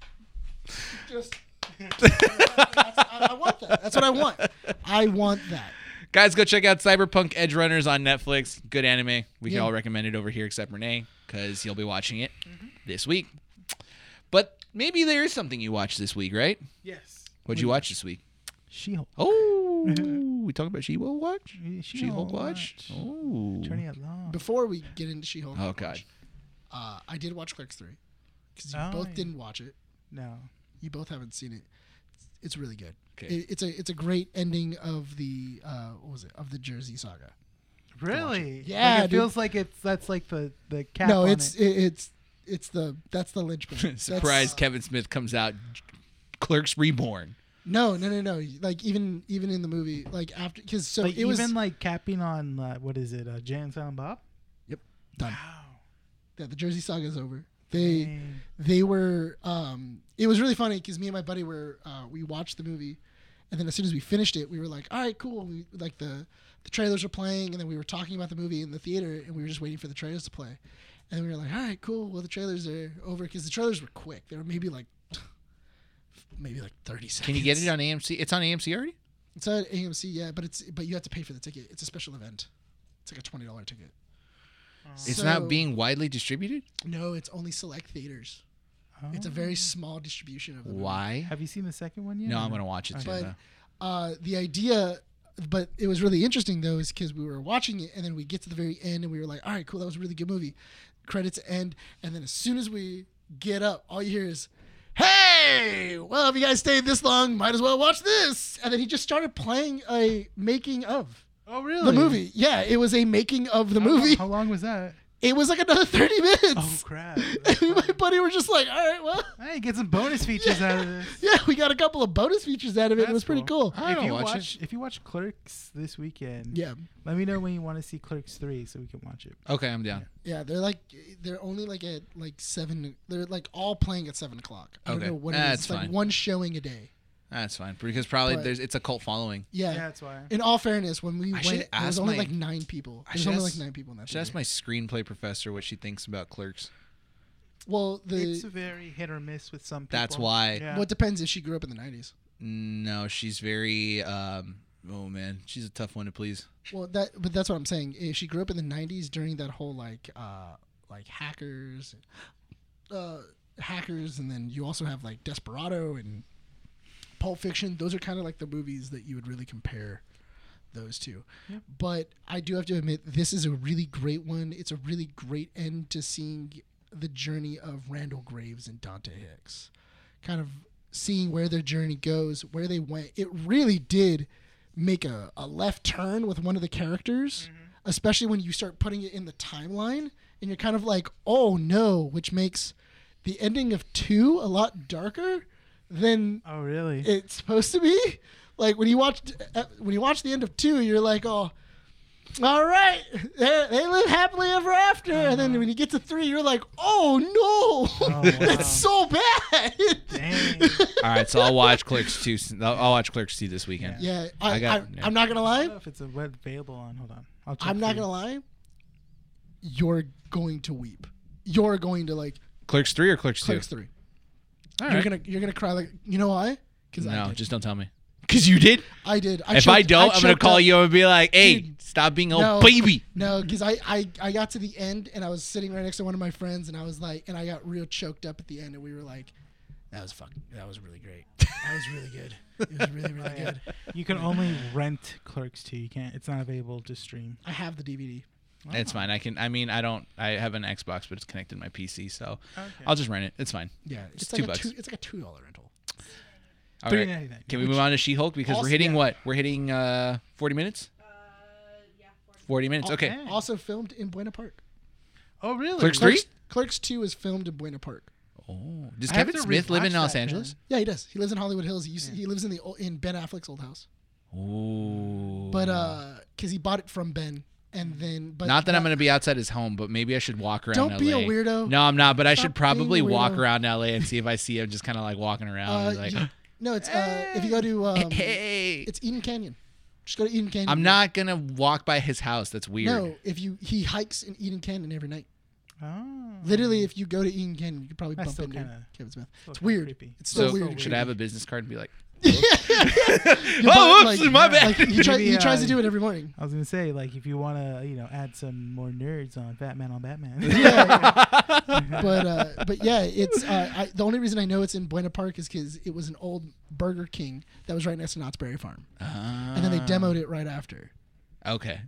just. That's, I, I want that. That's what I want. I want that. Guys, go check out Cyberpunk Edge Runners on Netflix. Good anime. We can Yeah. all recommend it over here except Renee because he'll be watching it Mm-hmm. this week. But maybe there is something you watched this week, right? Yes. What'd you watch this week? She Hulk. Oh, we talking about She Will Watch? She Hulk She-Hulk Watch? watch. Oh. Turning it long. Before we get into She-Hulk, Oh, God. uh, I did watch Clerks Three because you Oh, both yeah. didn't watch it. No. You both haven't seen it. It's really good. Okay. It, it's a it's a great ending of the uh, what was it of the Jersey Saga. Really? Yeah, Like it dude. feels like it's that's like the the cap. no, on it's it. it. it's it's the that's the linchpin. Surprise, That's- Kevin Smith comes out. Clerks Reborn. No, no, no, no. Like even even in the movie, like after because so Like, it even was like capping on uh, what is it? Uh, Jay and Silent Bob. done. Wow. Yeah, the Jersey Saga is over. They Dang. they were um it was really funny because me and my buddy were uh, we watched the movie And then as soon as we finished it, we were like, all right, cool. We, like the the trailers were playing, and then we were talking about the movie in the theater, and we were just waiting for the trailers to play. And we were like, all right, cool. Well, the trailers are over because the trailers were quick. They were maybe like maybe like thirty seconds. Can you get it on AMC? It's on AMC already. It's at AMC, yeah, but it's but you have to pay for the ticket. It's a special event. It's like a twenty dollar ticket. It's So- not being widely distributed. No, it's only select theaters. It's a Oh. very small distribution of the movie. Why? Have you seen the second one yet? No, or I'm gonna watch it. Okay. Soon, But though. uh, the idea, but it was really interesting though, is because we were watching it and then we get to the very end and we were like, all right, cool, that was a really good movie. Credits end, and then as soon as we get up, all you hear is, hey, well, if you guys stayed this long, might as well watch this. And then he just started playing a making of. Oh, really? The movie, yeah, it was a making of the How long- movie. How long was that? It was like another thirty minutes. Oh crap! And That's me and my fun. buddy were just like, all right, well, hey, get some bonus features out of this. yeah, we got a couple of bonus features out of it. That's it was pretty cool. cool. I if don't you watch it. if you watch Clerks this weekend, Yeah, let me know when you want to see Clerks three so we can watch it. Okay, I'm down. yeah, they're like, they're only like at like seven. They're like all playing at seven o'clock. I Okay. don't know what it That's is. It's like fine. one showing a day. That's fine because probably But- there's it's a cult following. Yeah. that's why. In all fairness, when we I should went, there ask was only my- like nine people. I There was should only ask- like nine people in that. Should ask theater. my screenplay professor what she thinks about Clerks. well, it's the very hit or miss with some people. That's why- well, it depends if she grew up in the nineties. No, she's very. um Oh man, she's a tough one to please. Well, that but that's what I'm saying. If she grew up in the '90s during that whole like uh like hackers, uh hackers, and then you also have like Desperado and Pulp Fiction. Those are kind of like the movies that you would really compare those two. Yeah. But I do have to admit, this is a really great one. It's a really great end to seeing the journey of Randall Graves and Dante Hicks, kind of seeing where their journey goes, where they went. It really did make a, a left turn with one of the characters, especially when you start putting it in the timeline and you're kind of like, oh no, which makes the ending of two a lot darker than Oh really? it's supposed to be. Like when you watched uh, when you watch the end of two, you're like, oh, all right, they they live happily ever after. And then when you get to three, you're like, oh no, wow. that's so bad. Dang. All right, so I'll watch Clerks two. I'll, I'll watch Clerks two this weekend. yeah, I, I I got- yeah. I'm not gonna I lie. don't know if it's available on. Hold on. I'll check I'm not for you. gonna lie. You're going to weep. You're going to like Clerks three or Clerks, clicks two? three. All You're right. gonna you're gonna cry like you know why? Because I no, did. just don't tell me. Cause you did. I did. I if choked- I don't, I am gonna choked call up. you and be like, "Hey, Dude, stop being a no. baby." No, because I, I I got to the end and I was sitting right next to one of my friends and I was like and I got real choked up at the end and we were like, that was fucking that was really great. That was really good. It was really really good. You can only rent Clerks two. You can't. It's not available to stream. I have the DVD. It's fine. I can. I mean, I don't. I have an Xbox, but it's connected to my PC, so Okay. I'll just rent it. It's fine. Yeah, it's, It's like two a bucks. two, it's like a two dollar rental. All Three right. ninety nine. Can we move on to She-Hulk because we're Also- hitting yeah. what? We're hitting uh 40 minutes. Uh, yeah. four. Forty Oh, minutes. Okay. Okay. Also filmed in Buena Park. Oh really? Clerks three. Clerks, Clerks Two is filmed in Buena Park. Oh, does I have Kevin to Smith live in rewatch Los that Angeles? Yeah, he does. He lives in Hollywood Hills. He, used, he lives in the old, in Ben Affleck's old house. Ooh. But uh, because he bought it from Ben, and then but not that I'm gonna be outside his home, but maybe I should walk around. Don't be a LA. weirdo. No, I'm not. But I should Stop being a probably walk weirdo. around LA and see if I see him just kind of like walking around. Uh, and like, you- no, it's uh, if you go to um, hey, it's Eden Canyon. Just go to Eden Canyon. I'm not gonna walk by his house. That's weird. No, if you he hikes in Eden Canyon every night. Oh. Literally, if you go to Eden Canyon, you could probably That's bump still into kinda- Kevin Smith. still It's kinda weird. creepy. It's So still weird. and should I have a creepy. business card and be like, You buy, "Oh, oops, like- my bad." like, he, try, Maybe, he tries to uh, do it every morning. I was gonna say like if you wanna you know add some more nerds on Batman on Batman. Yeah, but uh, but yeah, it's uh, I, the only reason I know it's in Buena Park is because it was an old Burger King that was right next to Knott's Berry Farm, and then they Ah. demoed it right after. Okay,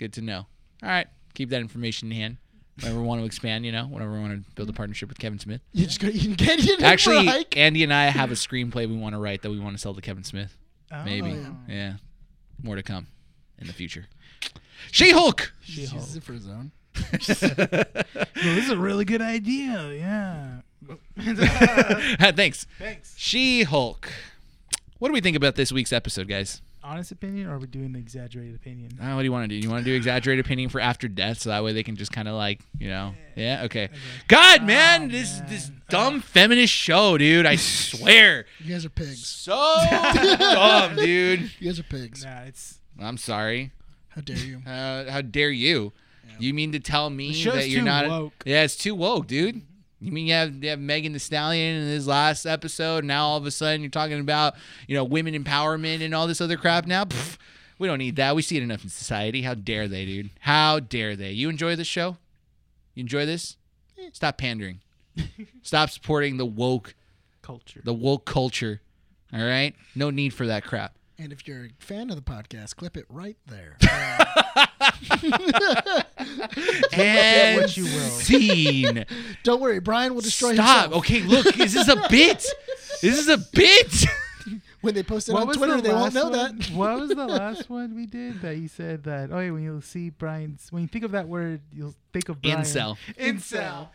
good to know. All right, keep that information in hand. Whenever we want to expand, you know, whenever we want to build a partnership with Kevin Smith. You just go to Eden Canyon. Actually, for a hike. Andy and I have a screenplay we want to write that we want to sell to Kevin Smith. Oh. Maybe. yeah. Yeah. More to come in the future. She Hulk. He just uses it for his own. Well, this is a really good idea. Yeah. Thanks. Thanks. She Hulk. What do we think about this week's episode, guys? honest opinion, or are we doing the exaggerated opinion? Uh, what do you want to do? You want to do exaggerated opinion for after death, so that way they can just kind of like, you know, yeah, okay. God, man, Oh, this this man. dumb feminist show, dude. I swear, You guys are pigs. so dumb, dude. You guys are pigs. Nah, it's I'm sorry. How dare you? Uh, how dare you? You mean to tell me The show's that you're too not? woke. Yeah, it's too woke, dude. You mean you have, you have Megan the Stallion in this last episode, and now all of a sudden you're talking about you know women empowerment and all this other crap now? Pff, we don't need that. We see it enough in society. How dare they, dude? How dare they? You enjoy this show? You enjoy this? Stop pandering. Stop supporting the woke, culture. the woke culture. All right, no need for that crap. And if you're a fan of the podcast, clip it right there. Uh, And what you will. scene. Don't worry, Brian will destroy Stop. himself. Okay, look, this is a bit. This is a bit. When they post it on Twitter, they won't know that. what was the last one we did that you said that? Oh yeah, when you see Brian's, when you think of that word, you'll think of Brian. Incel. Incel.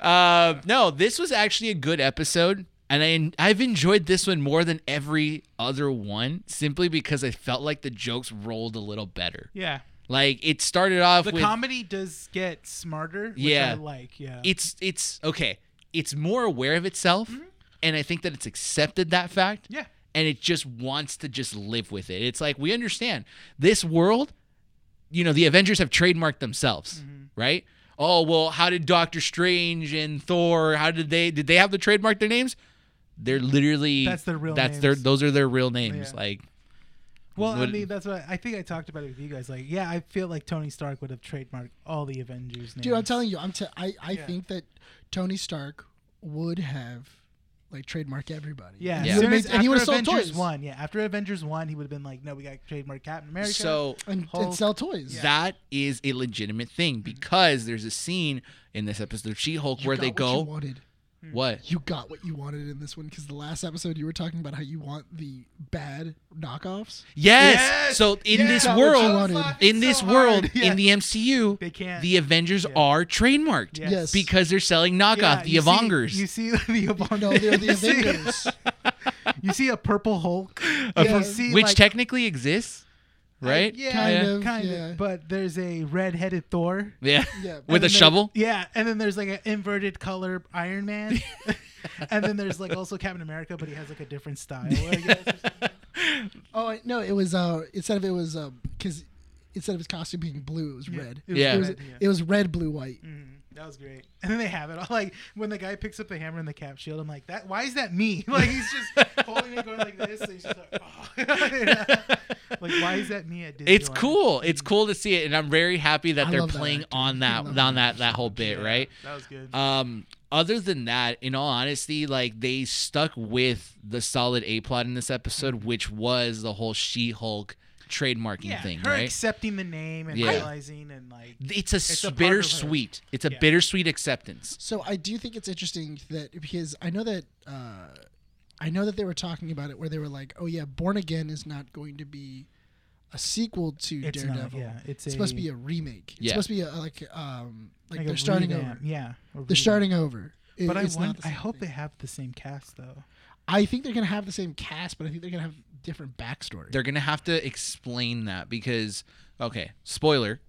uh, no, this was actually a good episode, and I I've enjoyed this one more than every other one, simply because I felt like the jokes rolled a little better. Yeah. Like it started off The with comedy does get smarter. Which Yeah. I like yeah. it's it's okay, it's more aware of itself, Mm-hmm. and I think that it's accepted that fact. yeah. and it just wants to just live with it. It's like we understand this world, you know, the Avengers have trademarked themselves, Mm-hmm. right? Oh, well, how did Doctor Strange and Thor, how did they did they have to trademark their names? They're literally That's their real That's their names. those are their real names. Yeah. Like Well, I Would- mean, that's what I think I talked about it with you guys. Like, yeah, I feel like Tony Stark would have trademarked all the Avengers. Names. Dude, I'm telling you, I'm t- I, I Yeah. think that Tony Stark would have like trademarked everybody. Yeah, Yeah. He As soon as would've made- and he would after have sold Avengers toys one, yeah, after Avengers one, he would have been like, no, we got to trademark Captain America. so and, Hulk. and sell toys. that is a legitimate thing because there's a scene in this episode of She-Hulk Mm-hmm. You where got they what You go wanted. what? You got what you wanted in this one because the last episode you were talking about how you want the bad knockoffs. Yes. Yes! So in Yeah! this Got what you world, wanted. in this world, in the MCU, They can't. the Avengers Yeah. are trademarked Yeah. Yes. because they're selling knockoff the you see- Avengers. You see the Avengers. Oh, no, they're the You see- Avengers. You see a purple Hulk. pur- you see, which like, technically exists, right? yeah, Kind of, kind yeah. of. But there's a red-headed Thor. Yeah. Yeah. And With a then there- shovel. Yeah, and then there's like an inverted color Iron Man, and then there's like also Captain America, but he has like a different style. I guess. Oh I- no, it was uh instead of it was um because instead of his costume being blue, it was red. It was Yeah. It was, red, yeah. it was red, blue, white. Mhm. That was great. And then they have it all. Like when the guy picks up the hammer and the cap shield, I'm like, that. Why is that me? Like he's just holding it, going like this. And he's just like, oh. like why is that me at Disney? It's cool. It's cool to see it, and I'm very happy that I they're love that playing actor. on that love on that that that whole bit, right? That was good. Um, other than that, in all honesty, like they stuck with the solid A plot in this episode, which was the whole She-Hulk trademarking yeah, thing, her right? accepting the name and Yeah. realizing and like it's a, a part of her. bittersweet. It's a Yeah. bittersweet acceptance. So I do think it's interesting that because I know that uh, I know that they were talking about it where they were like, oh yeah, Born Again is not going to be a sequel to it's not. Daredevil. Yeah, it's, It's supposed to be a remake. It's Yeah. supposed to be a, like um like, a they're starting revamp. over. Yeah, a They're revamp. starting over. It- But I, it's not want, the I same hope thing. they have the same cast though. I think they're gonna have the same cast, but I think they're gonna have different backstory. They're gonna have to explain that because, okay, spoiler,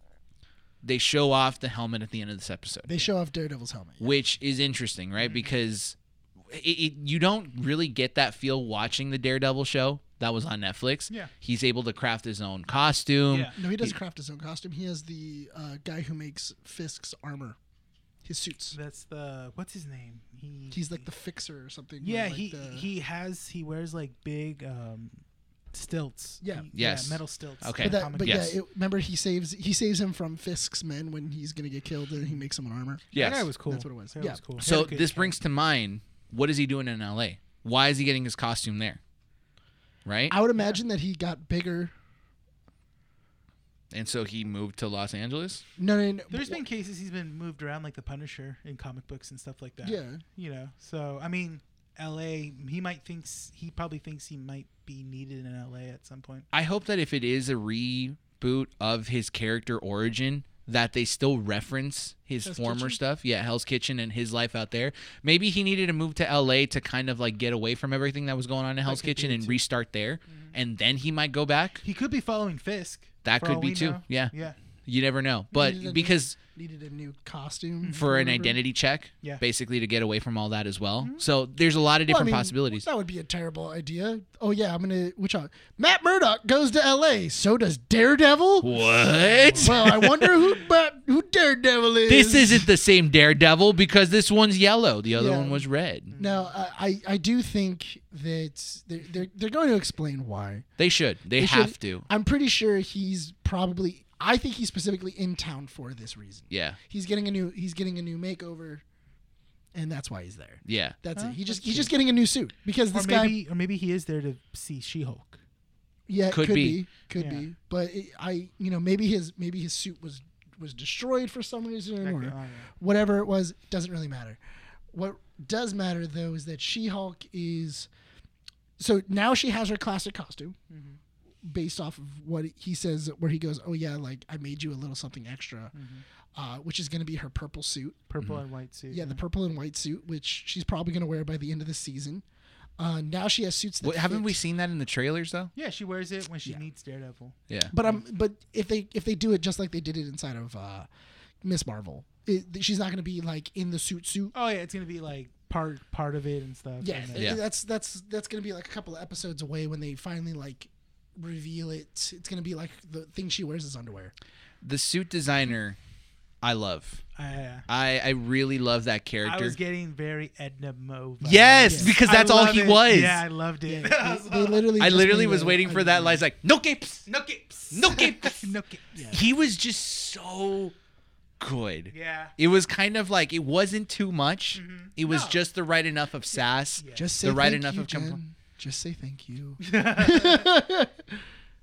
they show off the helmet at the end of this episode, They show off Daredevil's helmet. which is interesting, right? Because it, it, you don't really get that feel watching the Daredevil show that was on Netflix. Yeah. he's able to craft his own costume. Yeah. No, he doesn't craft his own costume. He has the uh, guy who makes Fisk's armor, his suits. That's the what's his name? He He's like the fixer or something. or Yeah, like he the- he has he wears like big um stilts. Yeah. He- Yes. Yeah, metal stilts. Okay. But, that, Comic but book. Yes. yeah, it, remember he saves he saves him from Fisk's men when he's gonna get killed, and he makes him an armor. Yes. That guy was cool. That's what it was. That Yeah. was cool. He So had a good this character. brings to mind, what is he doing in L.A.? Why is he getting his costume there? Right, I would imagine that he got bigger. and so he moved to Los Angeles. No, no, no. There's but- been cases he's been moved around like the Punisher in comic books and stuff like that. Yeah. You know. So I mean, L.A. He might thinks he probably thinks he might be needed in L.A. at some point. I hope that if it is a reboot of his character origin, that they still reference his Hell's former Kitchen? stuff. Yeah, Hell's Kitchen and his life out there. Maybe he needed to move to LA to kind of like get away from everything that was going on in Hell's could be Kitchen it and too. restart there. And then he might go back. He could be following Fisk. That for could all be we too. know. Yeah. Yeah. You never know. Needed a new- But because needed a new costume for an whatever. identity check, Yeah. basically to get away from all that as well. So there's a lot of Well, I different mean, possibilities. That would be a terrible idea. Oh yeah, I'm gonna. Which one? Matt Murdock goes to L.A. So does Daredevil. What? Well, I wonder who Matt- who Daredevil is. this isn't the same Daredevil because this one's yellow, the other Yeah. one was red. No, I, I I do think that they're they're, they're going to explain why. They should. They, They should- have to. I'm pretty sure he's probably. I think he's specifically in town for this reason. Yeah. He's getting a new he's getting a new makeover, and that's why he's there. Yeah. That's Huh, it. He just that's he's true. just getting a new suit because this or guy maybe, or maybe he is there to see She-Hulk. Yeah, Could could, be. be. could Yeah. be. But it, I, you know, maybe his maybe his suit was was destroyed for some reason That or could- oh, yeah. whatever it was. Doesn't really matter. What does matter though is that She Hulk is. So now she has her classic costume, Mm-hmm. based off of what he says, where he goes, "Oh yeah, like I made you a little something extra," Mm-hmm. uh, which is going to be her purple suit. Purple and white suit. Yeah, the purple and white suit, which she's probably going to wear by the end of the season. Uh, now she has suits. That What, haven't fit. we seen that in the trailers though? Yeah, she wears it when she Yeah. needs Daredevil. Yeah. But um, but if they if they do it just like they did it inside of uh, Miss Marvel, it, she's not going to be like in the suit suit. Oh yeah, it's gonna be like part part of it and stuff. Yeah, and then- Yeah. that's that's that's going to be like a couple of episodes away when they finally like reveal it. It's going to be like the thing she wears is underwear. The suit designer I love. I- I I really love that uh, I character. was getting very Edna Mode. yes, Yes. because that's I all love he it. was. Yeah, I loved it. Yeah, they, they literally. I just literally made was a- waiting for a- that line. It's like, no capes, no capes, no capes. no kids. Yeah. He was just so good. Yeah. Mm-hmm. It was kind of like it wasn't too much. It was No. just the right enough of sass. Yeah. Just say The right thank enough you, of compl- Jen. Just say thank you.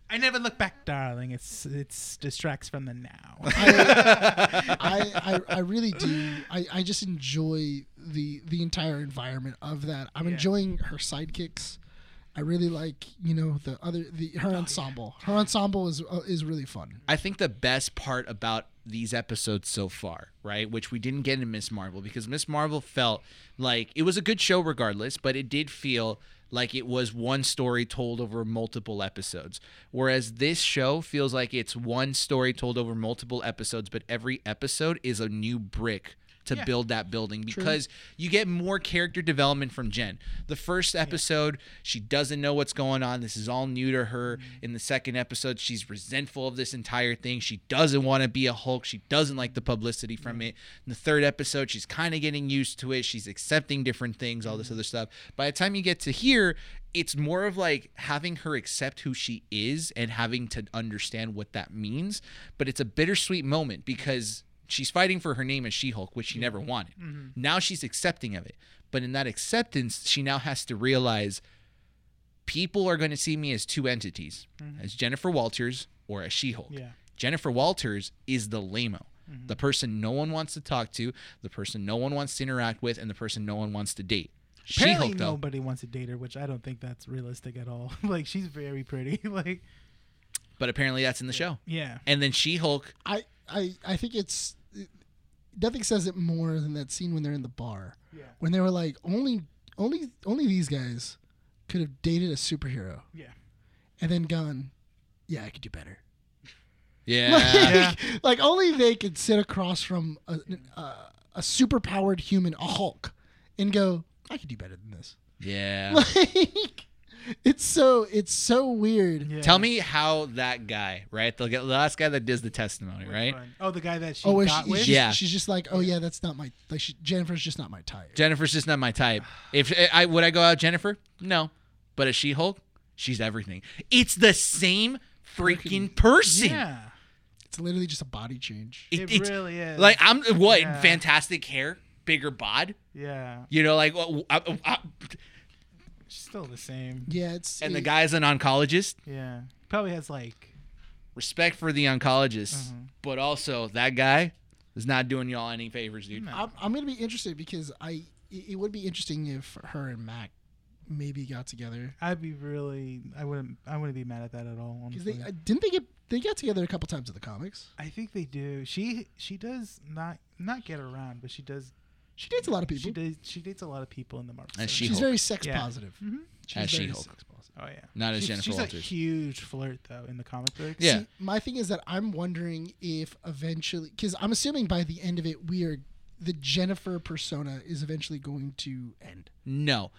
I never look back, darling. It's it's distracts from the now. I, I, I really do. I, I just enjoy the the entire environment of that. I'm Yeah. enjoying her sidekicks. I really like you know the other the Oh, her ensemble. Her ensemble is uh, is really fun. I think the best part about these episodes so far, right, which we didn't get in Miss Marvel because Miss Marvel felt like it was a good show regardless, but it did feel like it was one story told over multiple episodes. Whereas this show feels like it's one story told over multiple episodes, but every episode is a new brick to Yeah. build that building because you get more character development from Jen. The first episode, she doesn't know what's going on. This is all new to her. In the second episode, she's resentful of this entire thing. She doesn't want to be a Hulk. She doesn't like the publicity from it. In the third episode, she's kind of getting used to it. She's accepting different things, all this other stuff. By the time you get to here, it's more of like having her accept who she is and having to understand what that means. But it's a bittersweet moment because she's fighting for her name as She-Hulk, which she never wanted. Mm-hmm. Now she's accepting of it. But in that acceptance, she now has to realize people are going to see me as two entities, as Jennifer Walters or as She-Hulk. Mm-hmm. Yeah. Mm-hmm. Jennifer Walters is the lame-o. The person no one wants to talk to, the person no one wants to interact with, and the person no one wants to date. Apparently She-Hulk, though, nobody wants to date her, which I don't think that's realistic at all. like she's very pretty. like but apparently that's in the show. yeah. And then She-Hulk, I I I think it's nothing says it more than that scene when they're in the bar Yeah. when they were like only only only these guys could have dated a superhero Yeah. and then gone. Yeah, I could do better. yeah, Yeah. like, like only they could sit across from a, a, a super powered human, a Hulk, and go, I could do better than this. yeah. Like, it's so it's so weird. Yeah. Tell me how that guy, right? The the last guy that does the testimony, Which right? one? Oh, the guy that she Oh, where got she, with. she's, Yeah. she's just like, oh yeah, that's not my like. She, Jennifer's just not my type. Jennifer's just not my type. If I would I go out with Jennifer? No. But a She-Hulk, she's everything. It's the same freaking person. Yeah. It's literally just a body change. It- It, it's- really is. Like I'm what? Yeah. Fantastic hair, bigger bod. yeah. You know, like uh, what- I- I- She's still the same. Yeah, it's and the it- guy's an oncologist. Yeah. Probably has like Respect for the oncologist, Mhm. but also that guy is not doing y'all any favors, dude. No. I'm, I'm gonna be interested because I it, it would be interesting if her and Mac maybe got together I'd be really I wouldn't I wouldn't be mad at that at all. because they honestly. uh, didn't they get They got together a couple times at the comics. I think they do. She she does not not get around, but she does. She dates a lot of She people. does. She dates a lot of people in the Marvel. And cinema. She's She-Hulk. Mm-hmm. very sex Yeah. positive. Mhm. She's As very She-Hulk. sex positive. Oh yeah. Not as She's- Jennifer She's a Walters. huge flirt though in the comic books. Yeah. See, my thing is that I'm wondering if eventually, because I'm assuming by the end of it, we are the Jennifer persona is eventually going to end. No,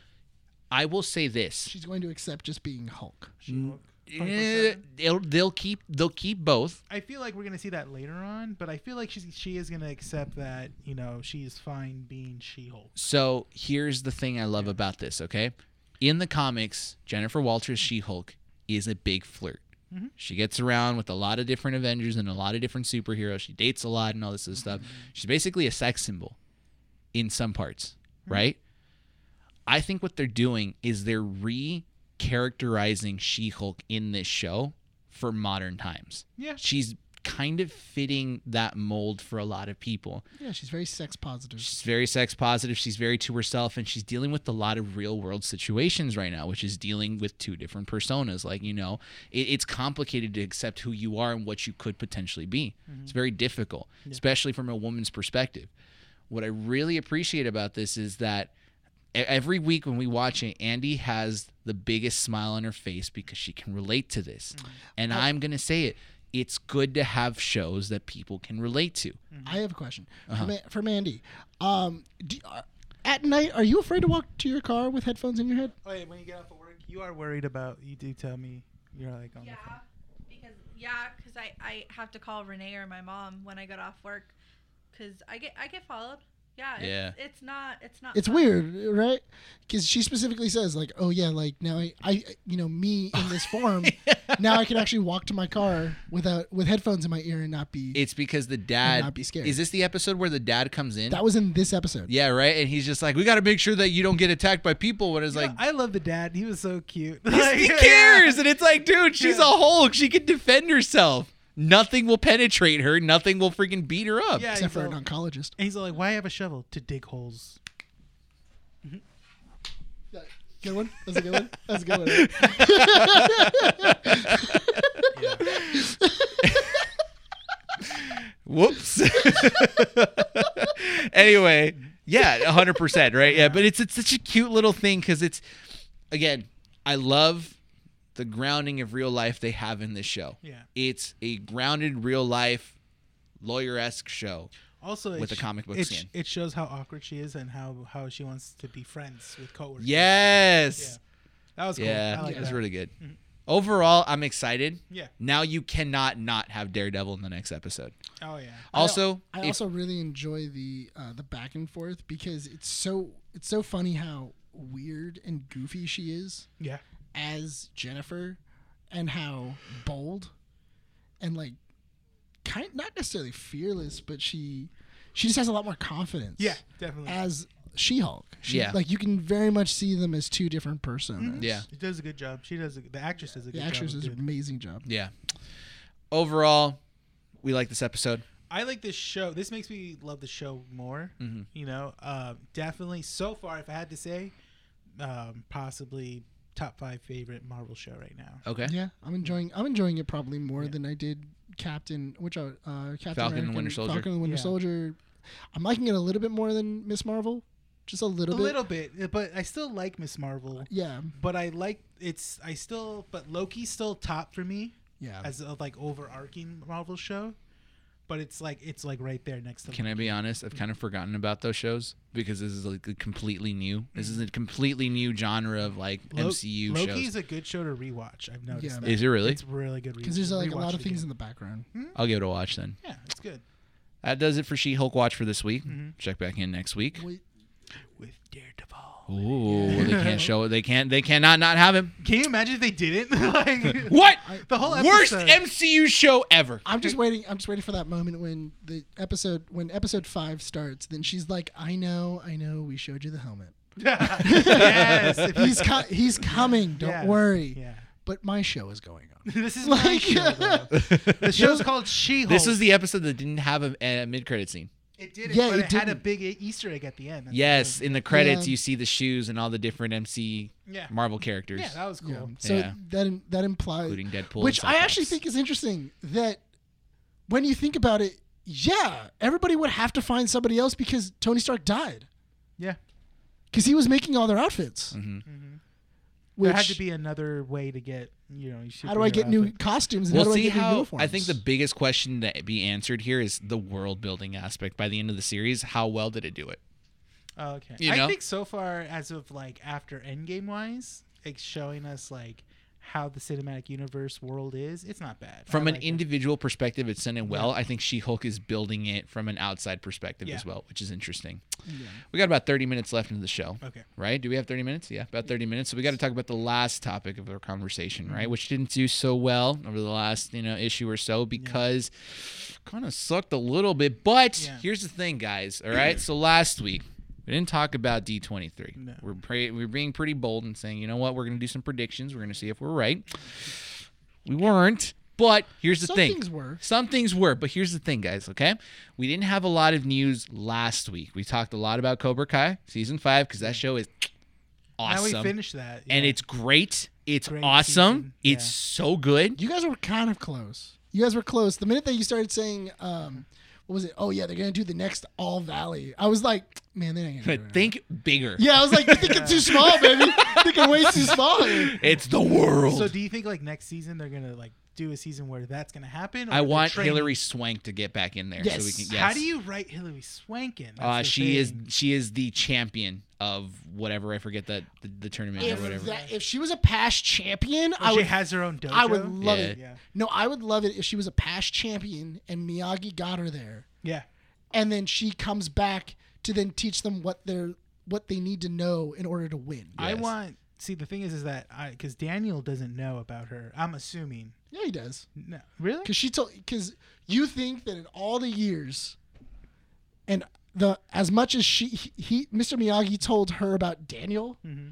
I will say this. She's going to accept just being Hulk. She-Hulk. Eh, they'll, they'll keep they'll keep both. I feel like we're gonna see that later on, but I feel like she's she is gonna accept that you know she is fine being She-Hulk. So here's the thing I love about this. Okay, in the comics, Jennifer Walters She-Hulk is a big flirt. She gets around with a lot of different Avengers and a lot of different superheroes. She dates a lot and all this other stuff. She's basically a sex symbol in some parts, right? I think what they're doing is they're re-characterizing She-Hulk in this show for modern times. Yeah. she's kind of fitting that mold for a lot of people. Yeah, she's very sex positive. She's very sex positive, she's very to herself, and she's dealing with a lot of real world situations right now, which is dealing with two different personas. Like, you know, it, it's complicated to accept who you are and what you could potentially be. It's very difficult, especially from a woman's perspective. What I really appreciate about this is that e- every week when we watch it, Andy has the biggest smile on her face because she can relate to this. And I'm going to say it it's good to have shows that people can relate to. I have a question Uh-huh. from, A- from Andy. Um, do, uh, at night, are you afraid to walk to your car with headphones in your head? Wait, Oh, when you get off of work, you are worried about. You do tell me you're like on Yeah, the phone. because yeah, 'cause I I have to call Renee or my mom when I get off work, cause I get I get followed. Yeah. It's, Yeah. It's not. It's not. It's fun. weird, right? Because she specifically says, like, oh, yeah, like now I, I, you know, me in this form, now I can actually walk to my car without, with headphones in my ear and not be. It's because the And dad. not be scared. Is this the episode where the dad comes in? that was in this episode. yeah, right. And he's just like, "We got to make sure that you don't get attacked by people." When it's You know, like, I love the dad. He was so cute. he Like, cares, and it's like, dude, she's Yeah. a Hulk. She can defend herself. Nothing will penetrate her. Nothing will freaking beat her up. Yeah, Except he's for all, an oncologist. and he's all like, "Why have a shovel to dig holes?" Good one. That's a good one. That's a good one. Whoops. anyway, yeah, 100%, right? Yeah, but it's it's such a cute little thing cuz it's again, I love the grounding of real life they have in this show. Yeah. It's a grounded real life lawyer-esque show. Also, it With the sh- comic book it, sh- skin. it shows how awkward she is and how how she wants to be friends with coworkers. Yes. that was Yeah. cool. I like it was that. Mm-hmm. really good. Overall, I'm excited. Yeah. Now you cannot not have Daredevil in the next episode. Oh yeah. Also, I, if- also really enjoy the uh, the back and forth because it's so it's so funny how weird and goofy she is Yeah. as Jennifer, and how bold, and like, kind not necessarily fearless, but she she just has a lot more confidence. Yeah. Definitely. as She Hulk. Yeah. like you can very much see them as two different personas. yeah. She does a good job. She does. A, the actress does a Mm-hmm. the good job. actress of does an doing it. amazing job. Yeah. Overall, we like this episode. I like this show. This makes me love the show more. Mm-hmm. You know, uh, definitely. So far, if I had to say, um, possibly top five favorite Marvel show right now. Okay. Yeah, I'm enjoying. I'm enjoying it probably more than I did Captain, which I, uh, Captain Falcon and America Winter Soldier. Falcon and Winter Yeah. Soldier. I'm liking it a little bit more than Miss Marvel, just a little A bit. little bit, uh, but I still like Miss Marvel. Yeah, But I like it's. I still, but Loki's still top for me yeah. as of like overarching Marvel show. But it's like it's like right there next to. Can I be honest? I've kind of forgotten about those shows because this is like a completely new. This is a completely new genre of like Lo- MCU Loki shows. is a good show to rewatch. I've noticed. Yeah. that. Is it really? It's really good. Because there's like a lot of things in the background. I'll give it a watch then. Yeah, it's good. That does it for She-Hulk Watch for this week. Mm-hmm. Check back in next week. Wait, With Daredevil. Ooh, they can't show it. They can't. They cannot not have him. Can you imagine if they didn't? like What? the whole episode. Worst MCU show ever. I'm just waiting. I'm just waiting for that moment when the episode when episode five starts. Then she's like, "I know, I know. We showed you the helmet. yes. if He's co- he's coming. Don't Yeah. worry." Yeah. But my show is going on. This is my Like- show. though. the show's called She-Hulk. This is the episode that didn't have a, a mid-credit scene. It did, it, Yeah, but it it, had a didn't. big e- Easter egg at the end. That's Yes, what in the credits Yeah. you see the shoes and all the different MC I- yeah, Marvel characters, yeah, that was cool. Yeah. So Yeah. that that implies including Deadpool, which and I actually Cyclops. think is interesting that when you think about it, yeah, everybody would have to find somebody else because Tony Stark died Yeah, because he was making all their outfits. Mhm. Which, Mm-hmm. there had to be another way to get you know. how do I get new superhero costumes? And We'll how do I see get new how. uniforms? I think the biggest question to be answered here is the world building aspect. By the end of the series, how well did it do it? Oh, okay. You I know? think so far, as of like after Endgame wise, it's showing us like how the cinematic universe world is. It's not bad I From an like it. individual perspective, it's done it well. I think She Hulk is building it from an outside perspective as Yeah. well, which is interesting. Yeah. We got about 30 minutes left into the show. Okay. Right? Do we have 30 minutes? Yeah, about 30 minutes. So we got to talk about the last topic of our conversation, right? Which didn't do so well over the last, you know, issue or so because kind of sucked a little bit. But Yeah. here's the thing, guys. All right. so last week, we didn't talk about D23. No. We're, pre- we're being pretty bold and saying, you know what? We're going to do some predictions. We're going to see if we're right. We weren't. But here's the Some thing. things were. Some things were, but here's the thing, guys, okay? We didn't have a lot of news last week. We talked a lot about Cobra Kai season five because that show is awesome. Now we finished that, And yeah. it's great. It's Great awesome. season, It's yeah. so good. You guys were kind of close. You guys were close. The minute that you started saying, um, what was it? Oh yeah, they're gonna do the next All Valley. I was like, man, they ain't gonna do But it. think bigger. Yeah, I was like, you're thinking too small, baby. You're thinking way too small. here. It's the world. So do you think like next season they're gonna like do a season where that's gonna happen? or I they're want training- Hillary Swank to get back in there so we Yes. can yes. How do you write Hillary Swank in? That's uh, the she thing. is she is the champion of whatever I forget that the, the tournament or If, whatever. that, if she was a past champion, Or I she would has her own dojo. I would love Yeah. it. Yeah. No, I would love it if she was a past champion and Miyagi got her there, Yeah. and then she comes back to then teach them what they're what they need to know in order to win. I Yes. want. See, the thing is, is that I because Daniel doesn't know about her. I'm assuming. Yeah, he does. No, really? Because she told. Because you think that in all the years, and the as much as she he, he Mr. Miyagi told her about Daniel, Mm-hmm.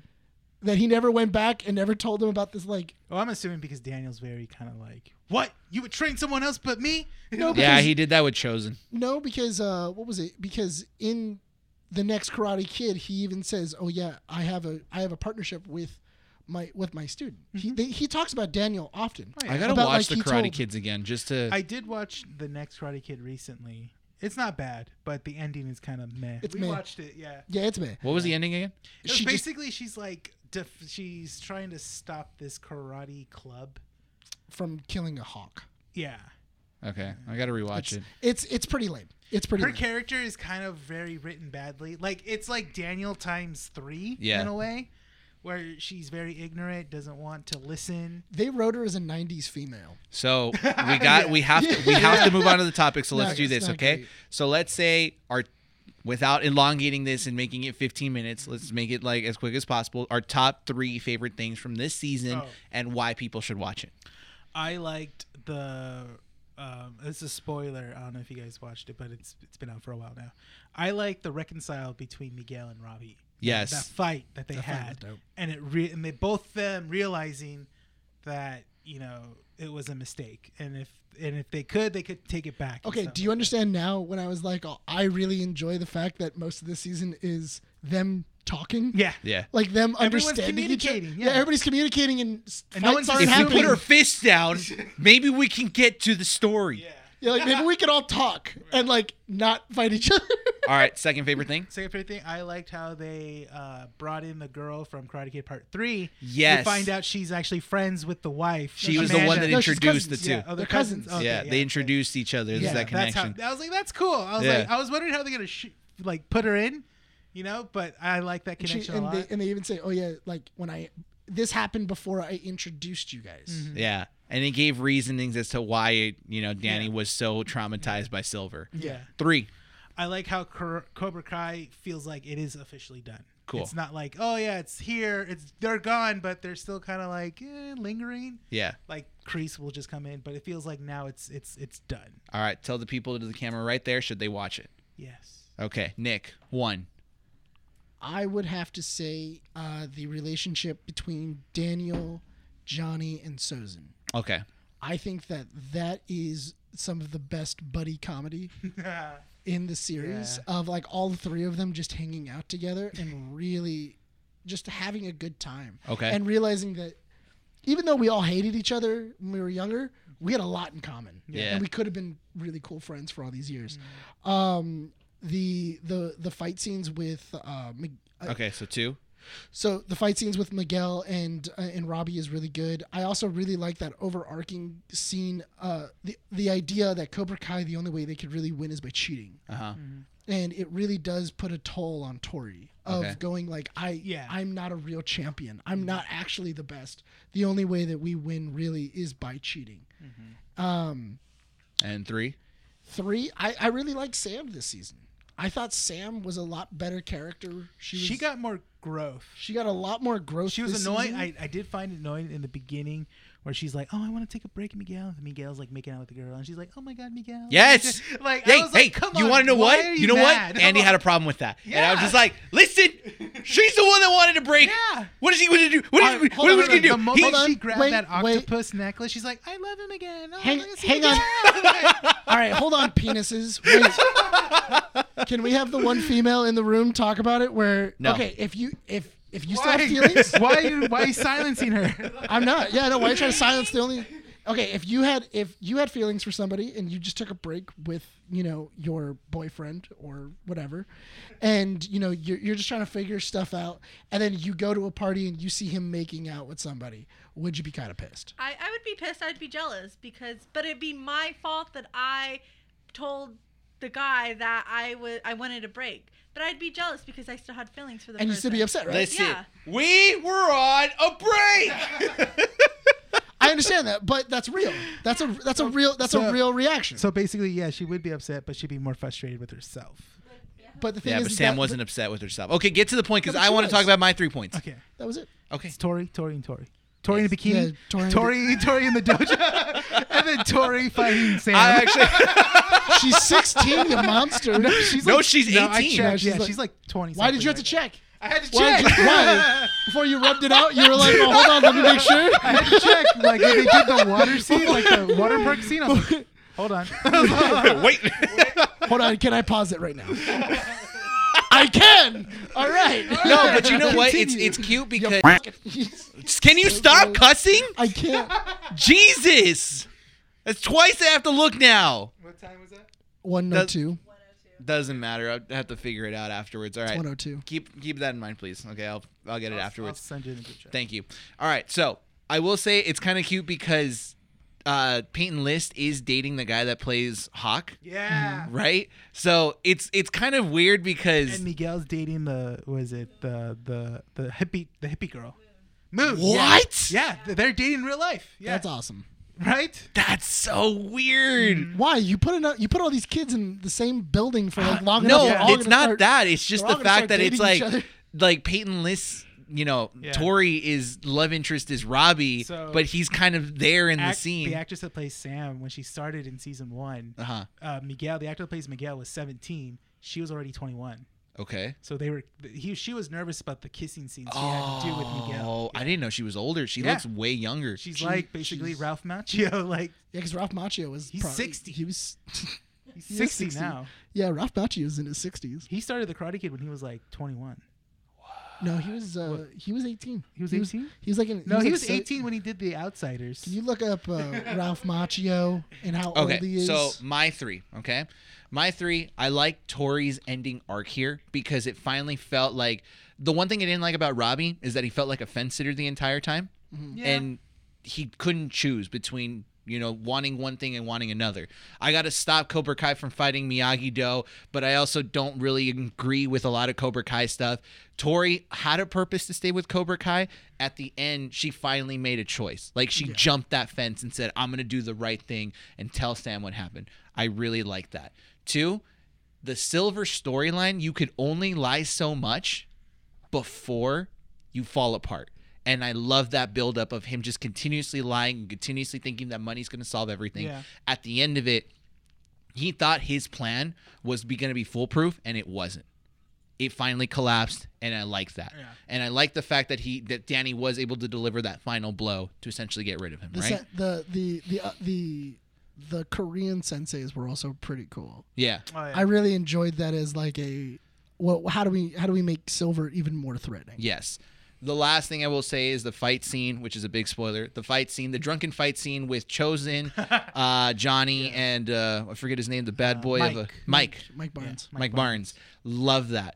that he never went back and never told him about this. Like Oh, I'm assuming because Daniel's very kind of like, what? You would train someone else but me? No, but- yeah, because- he did that with Chosen. no, because uh, what was it? Because in the next Karate Kid, he even says, "Oh yeah, I have a I have a partnership with." My with my student, he they, he talks about Daniel often. Mm-hmm. Oh, yeah. I gotta About, watch like, the he Karate told- Kids again just to I did watch the next Karate Kid recently. It's not bad, but the ending is kind of meh. It's we meh. watched it, yeah. Yeah, it's me. What was the ending again? It was She just- basically, she's like, def- she's trying to stop this karate club. from killing a hawk. Yeah. Okay, I gotta rewatch it. It's it's pretty lame. It's pretty. Her lame. character is kind of very written badly. Like, it's like Daniel times three Yeah. in a way, where she's very ignorant, doesn't want to listen. They wrote her as a '90s female. So we got we have to we have to move on to the topic. So No, let's do it's this, not okay? great. So let's say our without elongating this and making it 15 minutes, let's make it like as quick as possible. Our top three favorite things from this season Oh. and why people should watch it. I liked the. Um, it's a spoiler. I don't know if you guys watched it, but it's it's been out for a while now. I like the reconcile between Miguel and Robbie. Yes. that fight that they That fight was had, dope. and it re- and they both them realizing that you know it was a mistake, and if and if they could, they could take it back. and Okay, stuff do you like understand now when I was like, oh, I really enjoy the fact that most of this season is them talking? that. Yeah, Yeah. Like them Everyone's understanding each other. communicating, Yeah. yeah. everybody's communicating and, s- And no fights one's aren't If we happening. put our fists down, maybe we can get to the story. yeah. yeah, like maybe we could all talk and like not fight each other. All right, second favorite thing. Second favorite thing, I liked how they uh, brought in the girl from Karate Kid Part Three. Yes. you find out she's actually friends with the wife. She was the one that Amanda. No, she's introduced the cousins, two. Yeah, Yeah, oh, They're they're cousins. cousins. Okay, they introduced each other. There's that that's how- connection. I was like, that's cool. I was Yeah. like, I was wondering how they're gonna sh- like put her in, you know. But I like that And she- connection a and, lot. they, and they even say, oh yeah, like when I this happened before I introduced you guys. Mm-hmm. yeah. And it gave reasonings as to why, you know, Danny was so traumatized by Silver. yeah, Three. I like how Cor- Cobra Kai feels like it is officially done. Cool. It's not like, oh yeah, it's here. It's they're gone, but they're still kind of like eh, lingering. Yeah. Like Crease will just come in, but it feels like now it's it's it's done. All right, tell the people to the camera right there should they watch it. Yes. Okay, Nick, one. I would have to say uh, the relationship between Daniel, Johnny, and Sozin. Okay. I think that that is some of the best buddy comedy in the series of like all three of them just hanging out together and really just having a good time. Okay. And realizing that even though we all hated each other when we were younger, we had a lot in common. Yeah. And we could have been really cool friends for all these years. Um, the the the fight scenes with uh, Mig- uh, Okay, so two. so the fight scenes with Miguel and uh, and Robbie is really good. I also really like that overarching scene. Uh, the the idea that Cobra Kai the only way they could really win is by cheating, Uh huh. Mm-hmm. and it really does put a toll on Tori of Okay. going like I Yeah. I'm not a real champion. I'm not actually the best. The only way that we win really is by cheating. Um, And three. three. I I really like Sam this season. I thought Sam was a lot better character. She was, She got more growth. she got a lot more growth. She was this annoyed. season. I, I did find it annoying in the beginning where she's like, "Oh, I want to take a break, Miguel." And Miguel's like making out with the girl, and she's like, "Oh my God, Miguel!" Yes. Like, I hey, was like, hey, come you on, want to know why what? are You, know mad? what? Andy had a problem with that, and I was Yeah. just like, "Listen, she's the one that wanted to break. Yeah. What is he going to do? What Uh, is, what hold on, is he hold on. going to The do?" moment He- on. she grabbed wait, that wait. octopus necklace, she's like, "I love him again." Oh, Hang- I'm gonna see hang Miguel." All right, hold on, penises. Wait. Can we have the one female in the room talk about it? Where No. okay, if you if if you still Why? have feelings, why are you why are you silencing her? I'm not. Yeah, no. Why are you trying to silence the only? Okay, if you had if you had feelings for somebody and you just took a break with you know your boyfriend or whatever, and you know you're, you're just trying to figure stuff out, and then you go to a party and you see him making out with somebody, would you be kind of pissed? I, I would be pissed. I'd be jealous because, but it'd be my fault that I told the guy that I would I wanted a break. But I'd be jealous because I still had feelings for the And person. you still be upset, right? Listen, Yeah. we were on a break. I understand that, but that's real. That's a that's a real that's a So- real reaction. so basically, yeah, she would be upset, but she'd be more frustrated with herself. But the thing yeah, is, but is Sam that- wasn't upset with herself. Okay, get to the point because No, but I she want to was. talk about my three points. Okay, That was it. Okay. it's Tori, Tori, and Tori. Tori in a bikini. Yeah, Tori in a Tori, Tori in the dojo, and then Tori fighting Sam. I actually. She's 16, you monster. she's No, she's No, I 18. checked. No, she's yeah, like- she's like 20. Why did you have to something check? right now. I had to Why, check. did you- why? Before you rubbed it out, you were like, oh, hold on, let me make sure. I had to check. Like when they did the water scene, like the water park scene. I was like, hold on. Wait. Hold on, can I pause it right now? I can. All right. no, but you know what? It's Continue. it's cute because. You- Can you stop gross. cussing? I can't. Jesus. That's twice I have to look now. what time was that? One no Does- two. oh Doesn't matter. I have to figure it out afterwards. All right. 102. Keep keep that in mind, please. Okay, I'll I'll get it afterwards. I'll send you in the group chat. Thank you. All right. So I will say it's kind of cute because uh, Peyton List is dating the guy that plays Hawk, Yeah. right? So it's it's kind of weird because And Miguel's dating the was it the the the hippie the hippie girl. Moon. what? Yeah, yeah, they're dating in real life. Yeah. That's awesome. Right? That's so weird. Why you put enough, you put all these kids in the same building for like long enough? No, they're all it's gonna not start- that. It's just they're all the gonna fact start that it's dating like each other. like Peyton List, you know, Yeah. Tori is love interest is Robbie, So- but he's kind of there in the Act- scene. The actress that plays Sam when she started in season one, uh-huh. uh, Miguel, the actor that plays Miguel was 17. She was already 21. Okay. So they were he she was nervous about the kissing scenes she had to do with Miguel. Oh, I didn't know she was older. She Yeah. looks way younger. She's She- like basically she's- Ralph Macchio, like Yeah, because Ralph Macchio was He's 60. He was he's He is 60, 60. now. yeah, Ralph Macchio was in his 60s. He started the Karate Kid when he was like 21. No, he was uh, he was 18. He was 18? He was like in, No, he was like, so- 18 when he did The Outsiders. Can you look up uh, Ralph Macchio and how old he Okay. is? So my three. Okay. My three. I like Tori's ending arc here because it finally felt like the one thing I didn't like about Robbie is that he felt like a fence sitter the entire time. Mm-hmm. Yeah. and he couldn't choose between you know wanting one thing and wanting another. I got to stop Cobra Kai from fighting Miyagi Do, but I also don't really agree with a lot of Cobra Kai stuff. Tori had a purpose to stay with Cobra Kai. At the end, she finally made a choice. Like she jumped that fence and said, "I'm going to do the right thing and tell Sam what happened." I really like that. Two, the silver storyline, you could only lie so much before you fall apart. And I love that buildup of him just continuously lying and continuously thinking that money's going to solve everything. Yeah. At the end of it, he thought his plan was be going to be foolproof, and it wasn't. It finally collapsed, and I like that. Yeah. And I like the fact that he that Danny was able to deliver that final blow to essentially get rid of him. the right? se- the the the uh, the the Korean senseis were also pretty cool. Yeah. Oh, yeah. I really enjoyed that as like a well, how do we how do we make silver even more threatening? Yes. The last thing I will say is the fight scene, which is a big spoiler. The fight scene, the drunken fight scene with Chosen, uh, Johnny, and uh, I forget his name, the bad Uh, boy of a Mike. Mike. Mike Barnes. Mike, Barnes. Love that.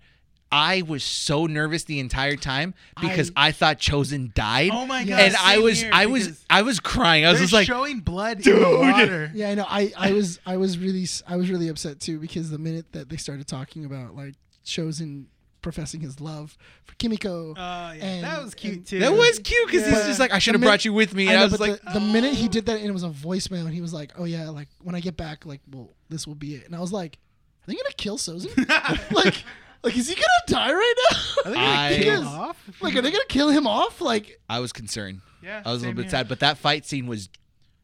I was so nervous the entire time because I, thought Chosen died. Oh my god! and I same was here, I was because I was crying. I was they're just like showing blood in the Dude. water. Yeah, I know. I, I was I was really s- I was really upset too because the minute that they started talking about like chosen professing his love for Kimiko, Uh, Oh yeah, And- that was cute and- too. that was cute because he's Yeah. just like I should have The min- brought you with me. I And I, know, was but like "Oh." the, the minute he did that and it was a voicemail and he was like, oh yeah, like when I get back, like well this will be it, and I was like, are they gonna kill Chosen? like like is he gonna die right now? Are they gonna I- kill Yes. off? like are they gonna kill him off? Like I was concerned. Yeah, I was a same little bit here. sad, but that fight scene was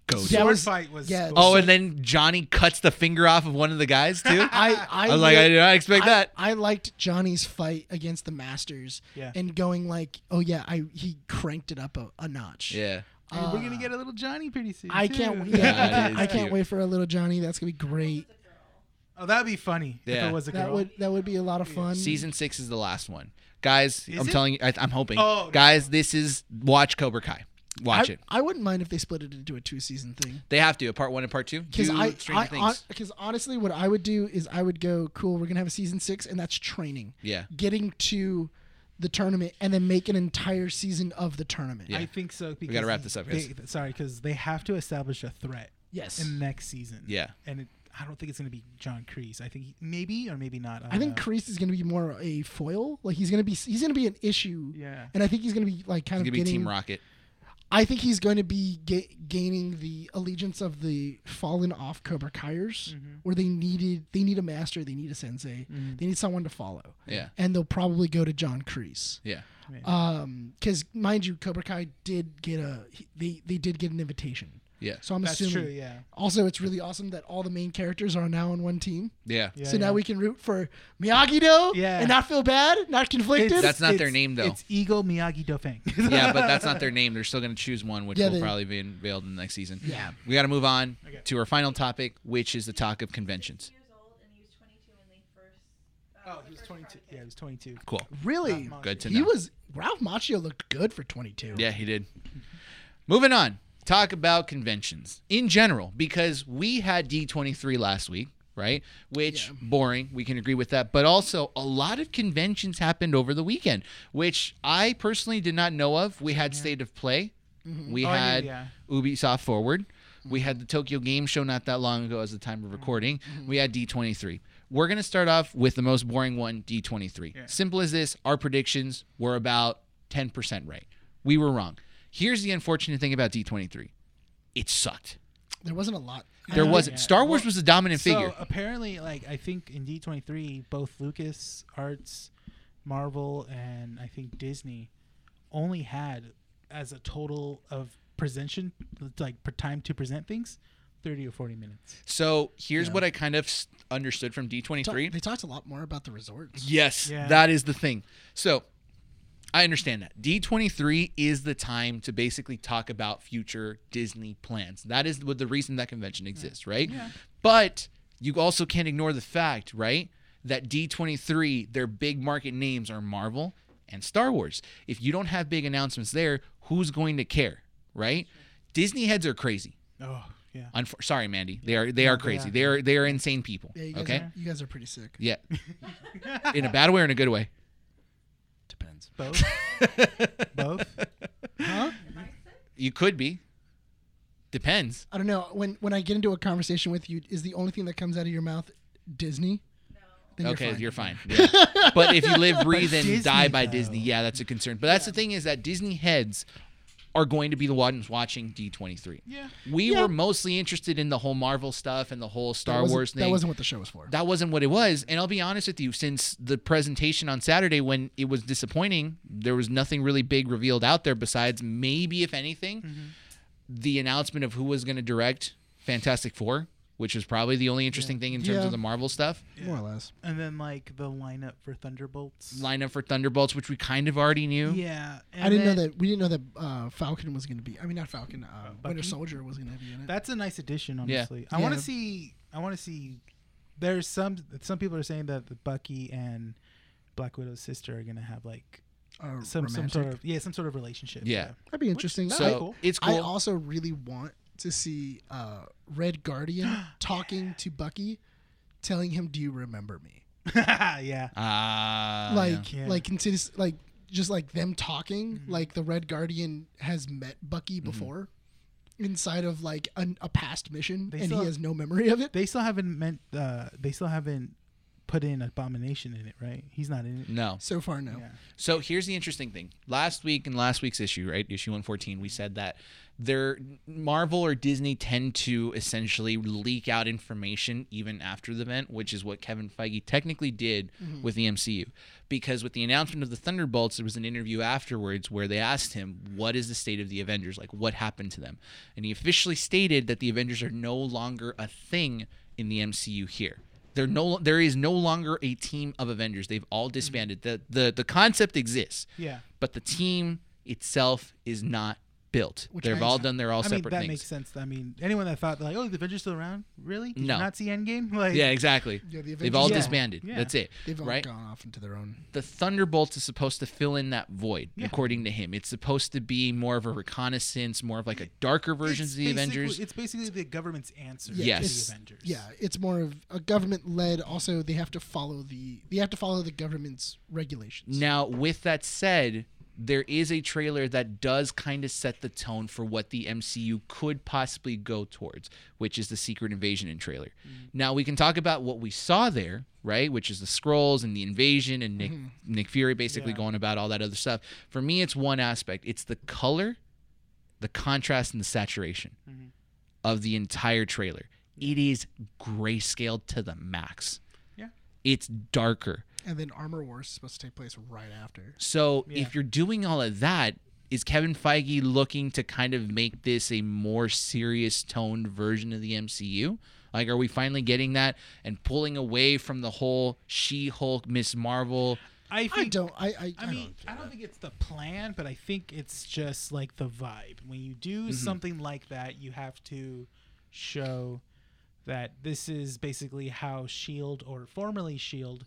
goaded. Yeah, Sword was- fight was yeah. cool. Oh, and then Johnny cuts the finger off of one of the guys too. I, I I, was like, li- I did not expect I- that. I liked Johnny's fight against the Masters Yeah. and going like, oh yeah, I he cranked it up a, a notch. Yeah. And we're gonna Uh, get a little Johnny pretty soon. I too. can't. Yeah, That I can't, is I can't cute. wait for a little Johnny. That's gonna be great. Oh, that'd be funny Yeah. if it was a girl. That would that would be a lot of fun. Season six is the last one, guys. Is I'm it? telling you, I, I'm hoping, Oh, no. guys. This is watch Cobra Kai. Watch I, it. I wouldn't mind if they split it into a two season thing. They have to. Part one and part two. Because Do I, Stranger I, Things. because honestly, what I would do is I would go, cool. We're gonna have a season six, and that's training, yeah. getting to the tournament, and then make an entire season of the tournament. Yeah. I think so. Because gotta wrap this up, they- guys. sorry, because they have to establish a threat Yes, in next season. Yeah. and it, I don't think it's gonna be John Kreese. I think he, maybe or maybe not. I don't think know. Kreese is gonna be more a foil. Like he's gonna be he's gonna be an issue, Yeah. and I think he's gonna be like kind It's of gonna be getting Team Rocket. I think he's going to be ga- gaining the allegiance of the fallen off Cobra Kaiers, Mm-hmm. where they needed they need a master, they need a sensei, they need someone to follow, Yeah. and they'll probably go to John Kreese. Yeah. Um, because mind you, Cobra Kai did get a he- they they did get an invitation, Yeah. so I'm That's assuming. true. Yeah. Also, it's really awesome that all the main characters are now on one team. Yeah. yeah so yeah. now we can root for Miyagi Do Yeah. and not feel bad, not conflicted. It's- That's not their it's- name, though. It's Eagle Miyagi Dofang. yeah, but that's not their name. They're still going to choose one, which Yeah, will they- probably be unveiled in the next season. Yeah. We got to move on Okay. to our final topic, which is the talk of conventions. years old and he was 22 when they first. Oh, he was 22. Yeah, he was 22. Cool. really Not Good to know. He was Ralph Macchio looked good for 22. Yeah, he did. Moving on, talk about conventions in general because we had D23 last week, right? Which boring, we can agree with that, but also a lot of conventions happened over the weekend, which I personally did not know of. We had State of Play. We Oh, I knew- had yeah. Ubisoft Forward. We had Mm-hmm. the Tokyo Game Show not that long ago as the time of recording. We had D23. We're going to start off with the most boring one, D23. Yeah. Simple as this, our predictions were about 10% right. We were wrong. Here's the unfortunate thing about D23. It sucked. There wasn't a lot. There know, wasn't. yeah. Star Wars Well, was the dominant figure. So apparently, like I think in D twenty three, both Lucas Arts, Marvel, and I think Disney only had as a total of presentation, like per time to present things, thirty or forty minutes. So here's what I kind of s- understood from Ta- D23. They talked a lot more about the resorts. Yes, Yeah. that is the thing. So I understand that. D23 is the time to basically talk about future Disney plans. That is what the reason that convention exists, right? But you also can't ignore the fact, right, that D23, their big market names are Marvel and Star Wars. If you don't have big announcements there, who's going to care, right? Disney heads are crazy. Oh yeah. Unfor- sorry, Mandy. They are they are crazy. They are they are insane people. Yeah, you guys, okay. are, you guys are pretty sick. Yeah. in a bad way or in a good way. Depends. Both. both. Huh? You could be. Depends. I don't know. When when I get into a conversation with you, is the only thing that comes out of your mouth Disney? Then okay, fine. you're fine. Yeah. but if you live, breathe, and Disney, die by though. Disney, yeah, that's a concern. But that's the thing is that Disney heads are going to be the ones watching D23. Yeah. We Yeah. were mostly interested in the whole Marvel stuff and the whole That Star wasn't- Wars thing. That wasn't what the show was for. that wasn't what it was. And I'll be honest with you, since the presentation on Saturday, when it was disappointing, there was nothing really big revealed out there besides Mm-hmm. maybe, if anything, the announcement of who was going to direct Fantastic Four which was probably the only interesting thing in terms Yeah. of the Marvel stuff. more or less. And then like the lineup for Thunderbolts. Lineup for Thunderbolts, which we kind of already knew. yeah, I and didn't know then- that we didn't know that uh, Falcon was going to be. I mean, not Falcon. Uh, Winter Bucky? Soldier was going to be in it. That's a nice addition, Yeah. honestly. I want Yeah. to see. I want to see. There's some. Some people are saying that the Bucky and Black Widow's sister are gonna have like Uh, some romantic. some sort of yeah some sort of relationship. Yeah. That'd be interesting. So That'd be cool. it's I cool. also really want to see uh, Red Guardian talking to Bucky, telling him, "Do you remember me?" yeah. Ah, yeah. like, yeah. Mm-hmm. like, consider like just like them talking. Like the Red Guardian has met Bucky before, inside of like an, a past mission, They and he still- has no memory of it. They still haven't meant. Uh, they still haven't put in Abomination in it, right? He's not in it. no. So far, no. Yeah. So here's the interesting thing. Last week in last week's issue, right, issue 114, we said that their Marvel or Disney tend to essentially leak out information even after the event, which is what Kevin Feige technically did with the MCU. Because with the announcement of the Thunderbolts, there was an interview afterwards where they asked him, "What is the state of the Avengers? Like what happened to them?" And he officially stated that the Avengers are no longer a thing in the MCU here. They're no, there is no longer a team of Avengers. They've all disbanded. The, the the concept exists, Mm-hmm. Yeah. but the team itself is not built. Which They've makes- all done their all I mean separate that things. makes sense. I mean anyone that thought like oh the Avengers still around really Did you No. not see Endgame like yeah, exactly. Yeah, the They've all Avengers- disbanded. Yeah. That's it. They've all right? gone off into their own. The Thunderbolts is supposed to fill in that void, Yeah. according to him. It's supposed to be more of a reconnaissance, more of like a darker version It's of the basically- Avengers. It's basically the government's answer. Yes. to it's- the Avengers. Yeah, it's more of a government led. Also, they have to follow the they have to follow the government's regulations. Now, with that said, there is a trailer that does kind of set the tone for what the MCU could possibly go towards, which is the Secret Invasion in trailer. Mm-hmm. Now, we can talk about what we saw there, right? Which is the scrolls and the invasion and Nick Nick Fury basically Mm-hmm. Yeah. going about all that other stuff. For me, it's one aspect. It's the color, the contrast and the saturation Mm-hmm. of the entire trailer. It is grayscale to the max. Yeah. It's darker. And then Armor Wars is supposed to take place right after. So Yeah. if you're doing all of that, is Kevin Feige looking to kind of make this a more serious toned version of the MCU? Like, are we finally getting that and pulling away from the whole She Hulk, Miss Marvel? I, think, I don't. I. I, I mean, I don't think it's the plan, but I think it's just like the vibe. When you do Mm-hmm. something like that, you have to show that this is basically how Shield E or formerly Shield E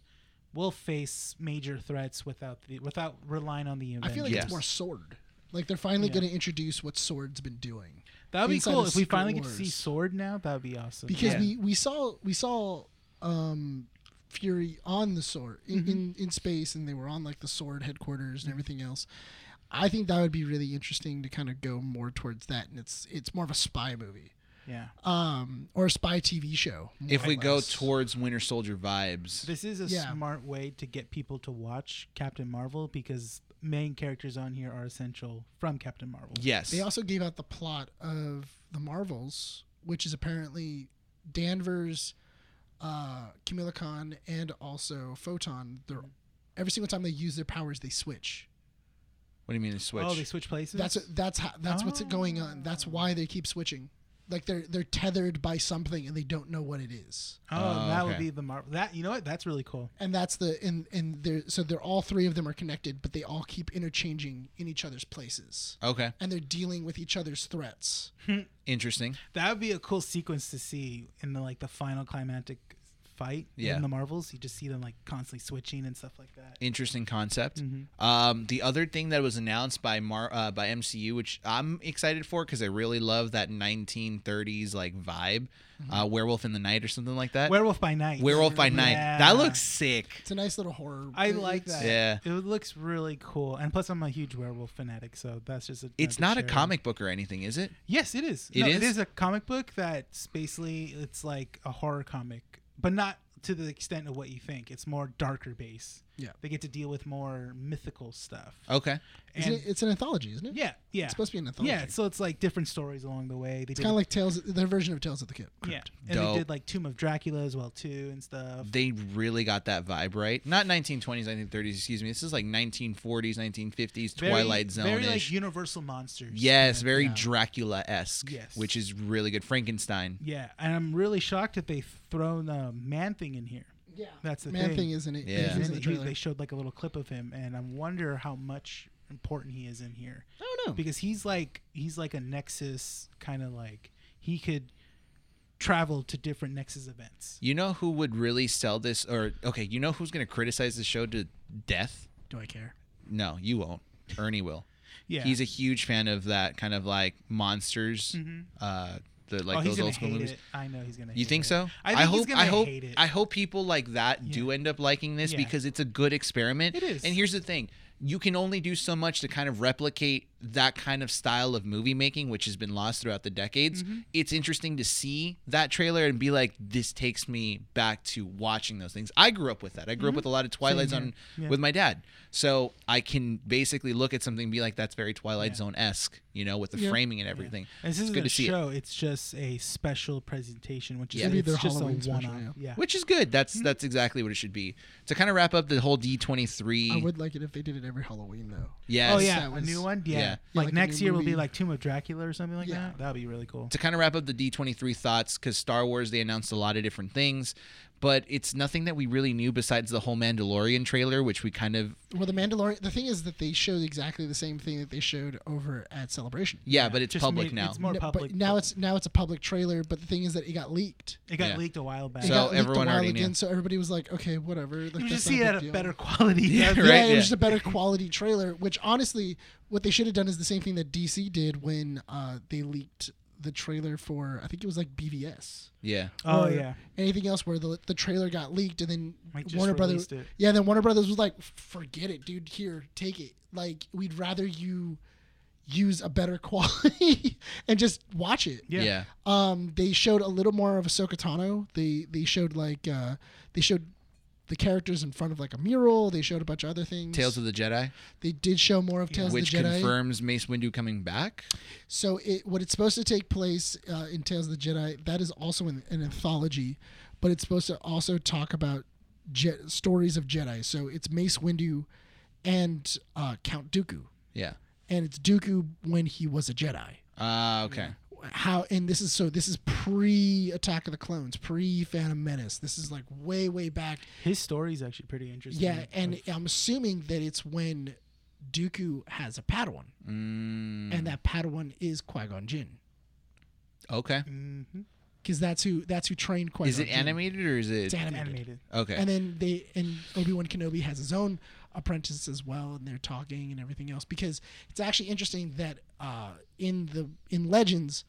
will face major threats without the without relying on the I Avengers. feel like Yes. it's more sword. Like they're finally Yeah. going to introduce what sword's been doing. that would be inside cool of if we Secret finally get to see Wars. Sword E now. That would be awesome. Because Yeah. we we saw we saw um, Fury on the sword in, in Mm-hmm. in space, and they were on like the sword headquarters and everything else. I think that would be really interesting to kind of go more towards that, and it's it's more of a spy movie. yeah, um, or a spy TV show. more If or we go less. towards Winter Soldier vibes, This is a Yeah. smart way to get people to watch Captain Marvel because main characters on here are essential from Captain Marvel. yes. they also gave out the plot of the Marvels, which is apparently Danvers, uh, Kamala Khan, and also Photon. They're every single time they use their powers, they switch. What do you mean to switch? Oh, they switch places. That's that's how, that's what's going on. That's why they keep switching. Like they're they're tethered by something and they don't know what it is. oh, Oh, that okay. would be the Marvel. That you know what? That's really cool. And that's the and and they're so they're all three of them are connected, but they all keep interchanging in each other's places. okay. and they're dealing with each other's threats. Interesting. That would be a cool sequence to see in the like the final climactic fight Yeah. in the Marvels. You just see them like constantly switching and stuff like that. interesting concept. Mm-hmm. Um, the other thing that was announced by Mar uh, by MCU, which I'm excited for because I really love that 1930s like vibe, uh, Werewolf in the Night or something like that. Mm-hmm. Werewolf by Night. Werewolf by Night. That Yeah. looks sick. It's a nice little horror. I it- like it's- that. Yeah. It looks really cool. And plus, I'm a huge werewolf fanatic, so that's just. A, It's not a comic book or anything, is it? Yes, it is. It No, is? It is a comic book that's basically it's like a horror comic, but not to the extent of what you think. It's more darker base. Yeah. They get to deal with more mythical stuff. Okay. Isn't And it, it's an anthology, isn't it? yeah, yeah. It's supposed to be an anthology. yeah, so it's like different stories along the way. They it's did kind of like Tales, their version of Tales of the Crypt. yeah, and Dope. they did like Tomb of Dracula as well too and stuff. They really got that vibe right. Not 1920s, 1930s. Excuse me. This is like 1940s, 1950s Very- Twilight Zone. very like Universal monsters. yes, kind of very Yeah. Dracula esque. Yes. Which is really good. Frankenstein. thing. Yeah, and I'm really shocked that they thrown a man thing in here. Yeah. That's the Man thing. thing, isn't it? Yeah. He's And in the he- trailer. they showed like a little clip of him, and I wonder how much important he is in here I don't know. because he's like he's like a nexus kind of like he could travel to different nexus events. You know who would really sell this? Or okay, you know who's going to criticize the show to death? Do I care? No, you won't. Ernie will. Yeah, He's a huge fan of that kind of like monsters, Mhm. uh, the like oh, he's those gonna old school hate movies. It. I know he's gonna. You hate think it. so? I think hope he's gonna I hope hate it. I hope people like that Yeah. do end up liking this Yeah. because it's a good experiment. It is. And here's the thing. You can only do so much to kind of replicate that kind of style of movie making, which has been lost throughout the decades. Mm-hmm. It's interesting to see that trailer and be like, this takes me back to watching those things. I grew up with that. I grew up with a lot of Twilight Mm-hmm. Same here. Zone Yeah. with my dad. So I can basically look at something and be like, that's very Twilight Yeah. Zone esque, you know, with the Yeah. framing and Yeah. everything. And this It's is good a to see it. show. It's just a special presentation, which is Yeah. It'll be their it's just Halloween a one-off. special, yeah. yeah. which is good. That's Hmm. that's exactly what it should be. To kind of wrap up the whole D twenty I three. would like it if they did it every Halloween, though. Yes. oh yeah, that a was- new one. Yeah, yeah. Yeah, like, like a next new year will be movie. like Tomb of Dracula or something like Yeah. that. That'd be really cool. To kind of wrap up the D twenty three thoughts, because Star Wars they announced a lot of different things, but it's nothing that we really knew besides the whole Mandalorian trailer, which we kind of Well, the Mandalorian. The thing is that they showed exactly the same thing that they showed over at Celebration. yeah, but it's just public made- now. It's more No, public. But now it's now it's a public trailer. But the thing is that it got leaked. it got Yeah. leaked a while back. It So got leaked everyone a while already knew. again, so everybody was like, okay, whatever. Like, you that's not just see big it at a deal. better quality. Yeah, though. right? yeah, it yeah. was just a better quality trailer. Which honestly, what they should have done is the same thing that DC did when uh, they leaked the trailer for I think it was like BVS. Yeah. Oh or yeah. anything else where the the trailer got leaked and then Like, just Warner Brothers. released it. Yeah, then Warner Brothers was like, "Forget it, dude. Here, take it. Like, we'd rather you use a better quality and just watch it." Yeah. Yeah. Um, they showed a little more of Ahsoka Tano. They they showed like uh, they showed the characters in front of like a mural. They showed a bunch of other things. Tales of the Jedi, they did show more of Tales which of the Jedi. confirms Mace Windu coming back. So it what it's supposed to take place uh, in Tales of the Jedi that is also an, an anthology, but it's supposed to also talk about Je- stories of Jedi. So it's Mace Windu and uh, Count Dooku, Yeah. and it's Dooku when he was a Jedi. Ah, okay. How and this is so this is pre Attack of the Clones, pre Phantom Menace. This is like way way back. His story's actually pretty interesting. Yeah, and Like, I'm assuming that it's when Dooku has a Padawan, Mm, and that Padawan is Qui Gon Jinn. okay. mhm. because that's who that's who trained Qui-Gon. Is it Jinn. animated or is it? It's animated. animated. Okay. And then they and Obi Wan Kenobi has his own apprentice as well, and they're talking and everything else. Because it's actually interesting that uh, in the in Legends,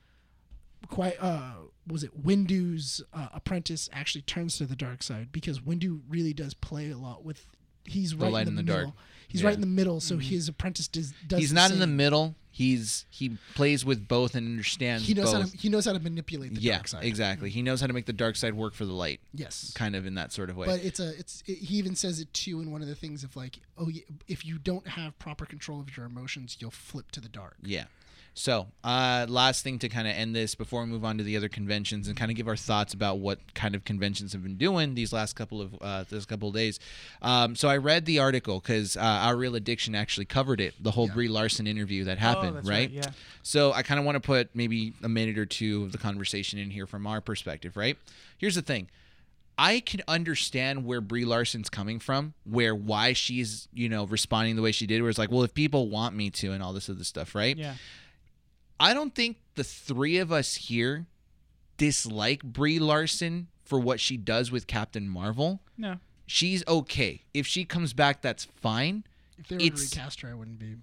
quite uh, was it Windu's uh, apprentice actually turns to the dark side because Windu really does play a lot with. He's right light in the, and the dark. middle. Yeah. He's Mm-hmm. right in the middle, so his apprentice does. does He's not in the same. middle. He's he plays with both and understands He knows both. how to, he knows how to manipulate the yeah, dark side. exactly. He knows how to make the dark side work for the light, Yes. kind of in that sort of way. But it's a it's it, he even says it too in one of the things of like oh y- if you don't have proper control of your emotions you'll flip to the dark. yeah. So, uh, last thing to kind of end this before we move on to the other conventions and kind of give our thoughts about what kind of conventions have been doing these last couple of uh, this couple of days. Um, so I read the article because uh, our real addiction actually covered it, the whole Brie Larson interview that oh, happened, that's right? Yeah. So I kind of want to put maybe a minute or two of the conversation in here from our perspective, right? Here's the thing. I can understand where Brie Larson's coming from, where why she's, you know, responding the way she did, where it's like, well, if people want me to and all this other stuff, right? Yeah. I don't think the three of us here dislike Brie Larson for what she does with Captain Marvel. No. She's okay. If she comes back, that's fine. If they were to It's- recast her I wouldn't be.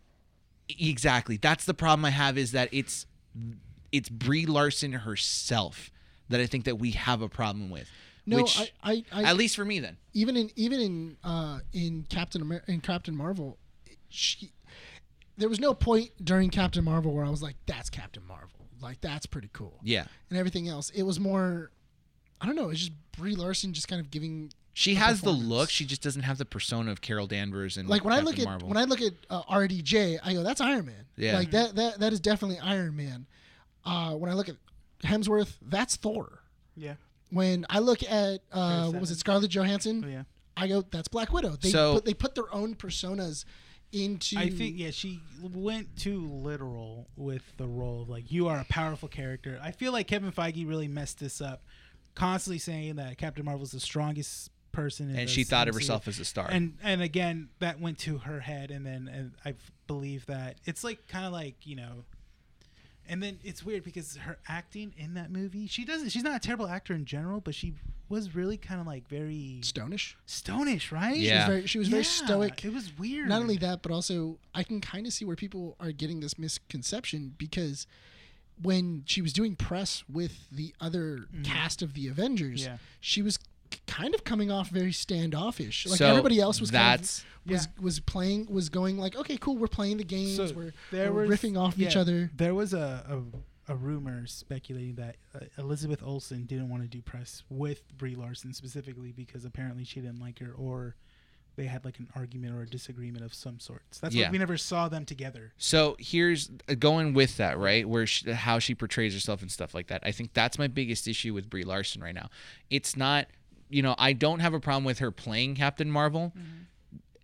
Exactly. That's the problem I have is that it's it's Brie Larson herself that I think that we have a problem with. No, which I I, I at least for me then. even in even in uh in Captain Amer- in Captain Marvel she there was no point during Captain Marvel where I was like that's Captain Marvel. Like that's pretty cool. Yeah. And everything else it was more I don't know. It's just Brie Larson just kind of giving She has the performance. look. She just doesn't have the persona of Carol Danvers and like when I Captain look at Marvel. when I look at uh, RDJ, I go, that's Iron Man. Yeah. like that that that is definitely Iron Man. Uh, when I look at Hemsworth, that's Thor. Yeah. When I look at uh, There's what was that. it Scarlett Johansson, Oh, yeah. I go, that's Black Widow. They So- put, they put their own personas into. I think yeah, she went too literal with the role of like you are a powerful character. I feel like Kevin Feige really messed this up, constantly saying that Captain Marvel's the strongest person. In and the she thought of MCU. herself as a star. And and again, that went to her head, and then and I f- believe that it's like kind of like you know, and then it's weird because her acting in that movie, she doesn't. She's not a terrible actor in general, but she was really kind of like very Stonish. stonish, right? She was Yeah. very, she was very Yeah, stoic. It was weird. Not only that, but also I can kind of see where people are getting this misconception because when she was doing press with the other cast of the Avengers, Mm-hmm. Yeah. she was k- kind of coming off very standoffish. Like So everybody else was that's- kind of, was was playing was going like, okay, cool, we're playing the games, So we're, there we're was- riffing off each yeah, other. There was a, a, a rumor speculating that uh, Elizabeth Olsen didn't want to do press with Brie Larson specifically because apparently she didn't like her or they had like an argument or a disagreement of some sorts. That's Yeah. what we never saw them together. So here's uh, going with that, right? Where she, how she portrays herself and stuff like that. I think that's my biggest issue with Brie Larson right now. It's not, you know, I don't have a problem with her playing Captain Marvel.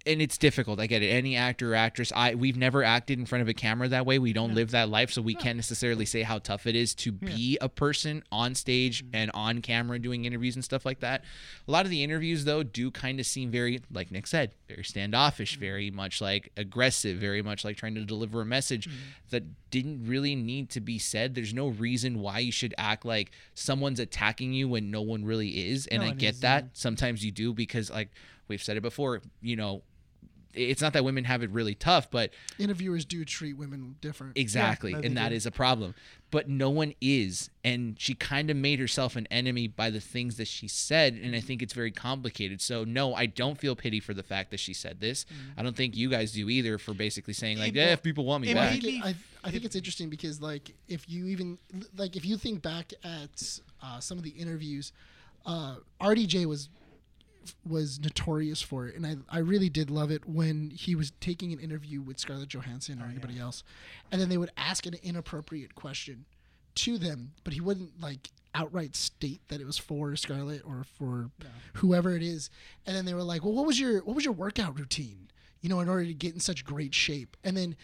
And it's difficult. I get it. Any actor or actress, I we've never acted in front of a camera that way. We don't live that life, so we can't necessarily say how tough it is to be a person on stage Mm-hmm. and on camera doing interviews and stuff like that. A lot of the interviews though do kind of seem very, like Nick said, very standoffish, Mm-hmm. very much like aggressive, very much like trying to deliver a message Mm-hmm. that didn't really need to be said. There's no reason why you should act like someone's attacking you when no one really is. And No I one get is, that. yeah. Sometimes you do because like we've said it before, you know, it's not that women have it really tough, but Interviewers do treat women different. Exactly. no, they and that do. is a problem. But no one is. And she kind of made herself an enemy by the things that she said. And I think it's very complicated. So, no, I don't feel pity for the fact that she said this. I don't think you guys do either for basically saying, like, It yeah, wa- if people want me it I back. think, made- it, Maybe I, I think if- it's interesting because like if you even like if you think back at uh, some of the interviews, uh, RDJ was was notorious for it, and I I really did love it when he was taking an interview with Scarlett Johansson or anybody else, and then they would ask an inappropriate question to them, but he wouldn't like outright state that it was for Scarlett or for whoever it is. And then they were like, "Well, what was your what was your workout routine? You know, in order to get in such great shape." And then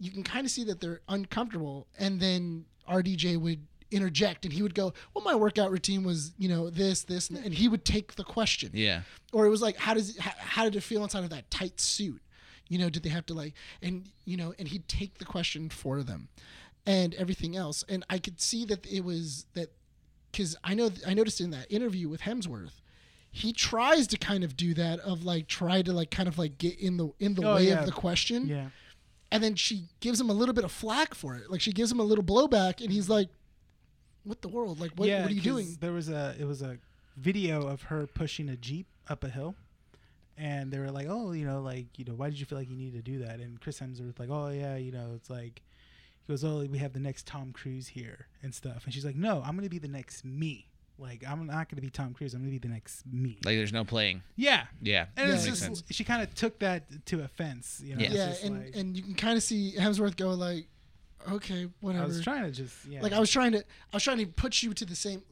you can kind of see that they're uncomfortable, and then RDJ would interject and he would go, "Well, my workout routine was, you know, this, this," and and he would take the question yeah. or it was like how does how, how did it feel inside of that tight suit you know did they have to like and you know and he'd take the question for them and everything else and i could see that it was that because i know i noticed in that interview with hemsworth he tries to kind of do that of like try to like kind of like get in the in the Oh, way yeah. of the question Yeah. and then she gives him a little bit of flack for it like she gives him a little blowback and he's like what the world like what, yeah, what are you 'cause doing There was a it was a video of her pushing a jeep up a hill, and they were like, "Oh, you know, like you know, why did you feel like you needed to do that?" And Chris Hemsworth like, "Oh yeah, you know, it's like." He goes, "Oh, we have the next Tom Cruise here and stuff," and she's like, "No, I'm gonna be the next me. Like, I'm not gonna be Tom Cruise. I'm gonna be the next me." Like, there's no playing. yeah, Yeah. and Yeah, it's that makes just she kind of took that to offense. You know, Yeah. It's yeah just and like- and you can kind of see hemsworth go like okay I whatever was trying to just yeah, Like I was trying to, I was trying to put you to the same.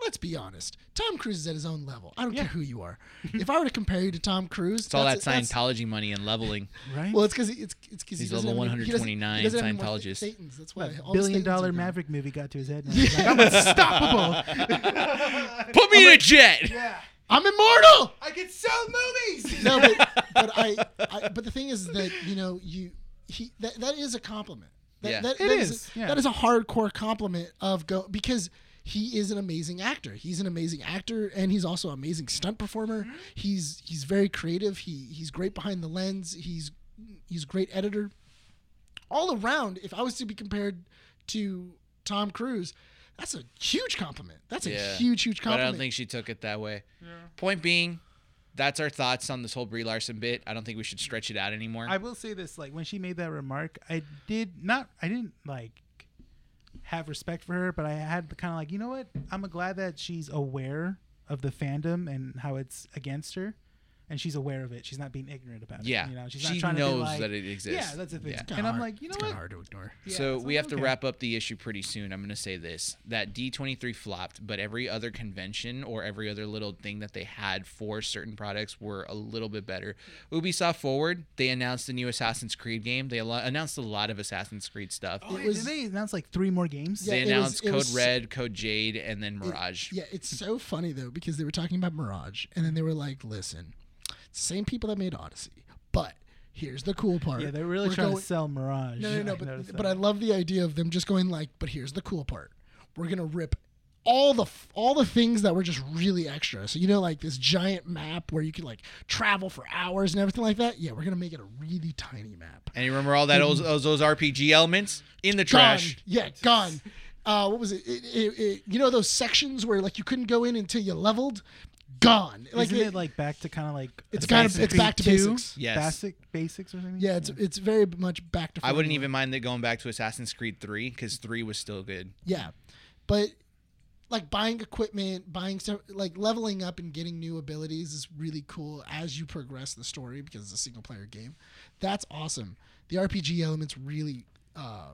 Let's be honest. Tom Cruise is at his own level. I don't Yeah. care who you are. if I were to compare you to Tom Cruise, It's all that that's- that's- Scientology money and leveling. right. Well, it's because it's it's because He's level 129 Scientologist. Satan's. That's why all the billion Satans dollar are gone. Maverick movie got to his head. And Yeah. I'm unstoppable. Put me in a jet. yeah. I'm immortal. I could sell movies. No, but but I, I but the thing is that you know you he that that is a compliment. That, Yeah. that, It that is, a- yeah. That is a hardcore compliment of go because he is an amazing actor. He's an amazing actor and he's also an amazing stunt performer. Mm-hmm. He's he's very creative. He he's great behind the lens. He's he's a great editor. All around, if I was to be compared to Tom Cruise, that's a huge compliment. That's a Yeah. huge huge But I compliment. don't think she took it that way. Point being, that's our thoughts on this whole Brie Larson bit. I don't think we should stretch it out anymore. I will say this: like when she made that remark, I did not. I didn't like. have respect for her, but I had kind of like, you know what? I'm glad that she's aware of the fandom and how it's against her, and she's aware of it. She's not being ignorant about it. Yeah. you know, she's She not trying to knows be like, that it exists. Yeah, that's the thing. Yeah. And I'm like, you know it's what? kind of hard to ignore. Yeah, so it's we like, have to okay. wrap up the issue pretty soon. I'm going to say this that D23 flopped, but every other convention or every other little thing that they had for certain products were a little bit better. Ubisoft Forward, they announced the new Assassin's Creed game. They al- announced a lot of Assassin's Creed stuff. Oh, It wait, was- did they announce like three more games? Yeah. they it was- announced it Code was- Red, Code Jade, and then Mirage. Yeah, it's so funny though because they were talking about Mirage and then they were like, "Listen, it's the same people that made Odyssey, but here's the cool part. Yeah, they're really We're trying going- to sell Mirage. No, no, I no. noticed But, that. but I love the idea of them just going like, "But here's the cool part. We're gonna rip." All the f- all the things that were just really extra. So you know, like this giant map where you could like travel for hours and everything like that. Yeah, we're gonna make it a really tiny map. And you remember all that those, those RPG elements in the trash. Gone. Yeah, gone. Uh, what was it? It, it, it? You know those sections where like you couldn't go in until you leveled. Gone. Like Isn't it- it, like back to kind of like It's kind of Assassin's it's back to Creed 2? basics. Yes. basic basics or something? Yeah, it's it's very much back to. I wouldn't formula. even mind that going back to Assassin's Creed 3 because 3 was still good. Yeah, but like buying equipment, buying stuff, like leveling up and getting new abilities is really cool as you progress the story because it's a single player game. That's awesome. The RPG elements really. Uh,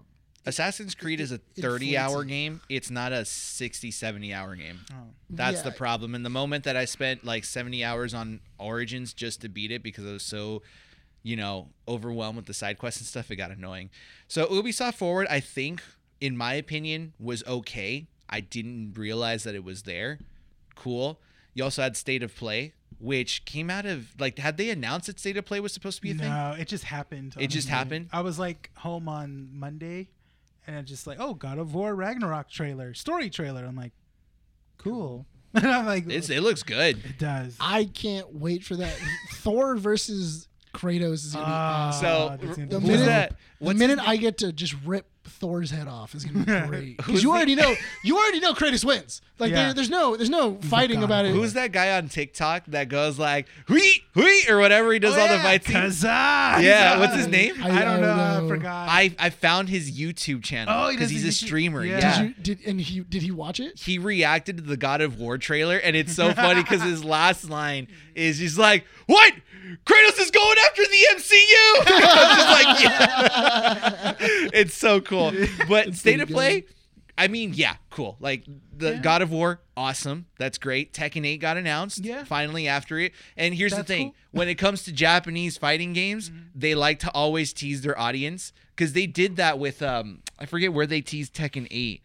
Assassin's Creed is a it 30 hour inflates it. game. It's not a 60, 70 hour game. Oh. That's Yeah. the problem. And the moment that I spent like 70 hours on Origins just to beat it because I was so, you know, overwhelmed with the side quests and stuff, it got annoying. So Ubisoft Forward, I think, in my opinion, was okay. I didn't realize that it was there. Cool. You also had State of Play, which came out of like, had they announced that State of Play was supposed to be a thing? No, it just happened. It just honestly. happened? I was like home on Monday, and I'm just like, oh, God of War Ragnarok trailer, story trailer. I'm like, cool. and I'm like, It's, it looks good. it does. I can't wait for that. Thor versus Kratos is gonna be Ah, awesome. So that's gonna be the who's cool. minute- that? the What's minute I get to just rip Thor's head off is gonna be great because Who's you the- already know you already know Kratos wins. Like Yeah. there, there's no there's no fighting God. about it. Who's that guy on TikTok that goes like "hui hui" or whatever he does Oh, all the yeah, fight scenes? Kazaa! Yeah, what's his name? I, don't know. I know. forgot. I I found his YouTube channel Oh, he because he's does the a YouTube- streamer. yeah. Yeah. Did Did you did and he did he watch it? he reacted to the God of War trailer, and it's so funny because his last line is just like, "What? Kratos is going after the MCU." I'm just like, yeah. it's so cool. But state of pretty play, I mean, yeah, cool. Like the God of War, awesome. That's great. Tekken 8 got announced. Yeah. finally after it. And here's That's the thing: cool. when it comes to Japanese fighting games, they like to always tease their audience because they did that with um, I forget where they teased Tekken 8.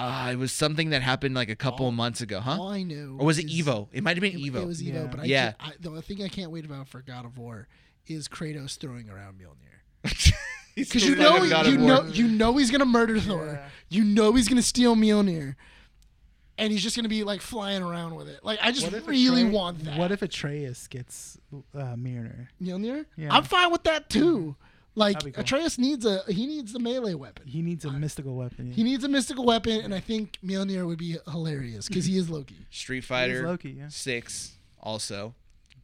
Uh, it was something that happened like a couple of months ago, huh? All I know. Or was it is- Evo? It might have been It, Evo. it was Evo, Yeah. but I Yeah. can't- I, the thing I can't wait about for God of War is Kratos throwing around Mjolnir. He's Because still you talking know about God you of War. know you know he's gonna murder Thor. Yeah. You know he's gonna steal Mjolnir, and he's just gonna be like flying around with it. Like I just What if really Atre- want that. What if Atreus gets uh, Mjolnir? Mjolnir? Yeah. Mm-hmm. I'm fine with that too. Like That'd be cool. Atreus needs a he needs the melee weapon. He needs a mystical weapon. He needs a mystical weapon, and I think Mjolnir would be hilarious because he is Loki. Street Fighter Loki, yeah. Six, also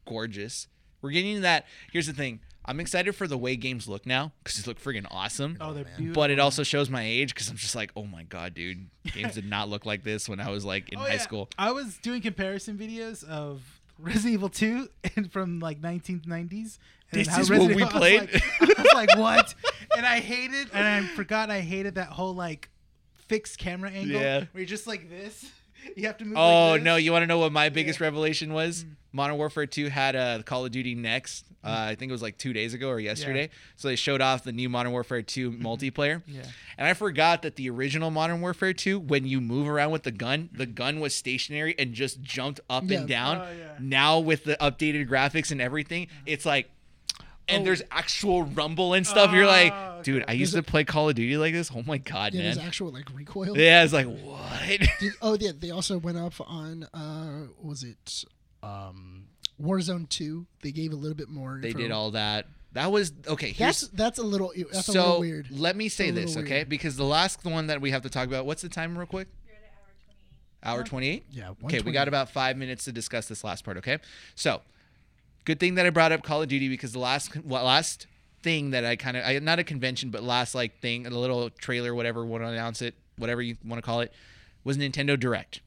gorgeous. We're getting that. Here's the thing: I'm excited for the way games look now because they look friggin' awesome. Oh, they're man. beautiful. but it also shows my age because I'm just like, oh my god, dude, games did not look like this when I was like in Oh, high yeah. school. I was doing comparison videos of Resident Evil 2 and from like 1990s. And This how is what Resident we Evil- I was, played? like, I was like, what? And I hated, and I forgot I hated that whole like fixed camera angle Yeah. where you're just like this. You have to move. Oh like this. no! You want to know what my biggest Yeah. Mm. revelation was? Modern Warfare 2 had uh, Call of Duty Next. Uh, I think it was like two days ago or yesterday. So they showed off the new Modern Warfare 2 multiplayer. Mm-hmm. Yeah. And I forgot that the original Modern Warfare 2, when you move around with the gun, the gun was stationary and just jumped up Yeah. and down. Oh, Mm. yeah. Uh-huh. Now with the updated graphics and everything, it's like. And Oh. there's actual rumble and stuff. You're like, Oh, dude, I used to play Call of Duty like this. Oh my god, Yeah, his man. actual like recoil. Yeah, it's like what? Did, oh yeah, they also went up on uh what was it um Warzone two. They gave a little bit more. they info. did all that. That was okay. Here's That's that's a little that's so a little weird. let me say a little this, okay? weird. Because the last one that we have to talk about, what's the time, real quick? You're at an hour 28. Hour twenty-eight. Yeah. Okay, we got about five minutes to discuss this last part. Okay, so good thing that I brought up Call of Duty because the last well, last thing that I kind of I, not a convention, but last like thing, a little trailer, whatever, want to announce it whatever you want to call it, was Nintendo Direct.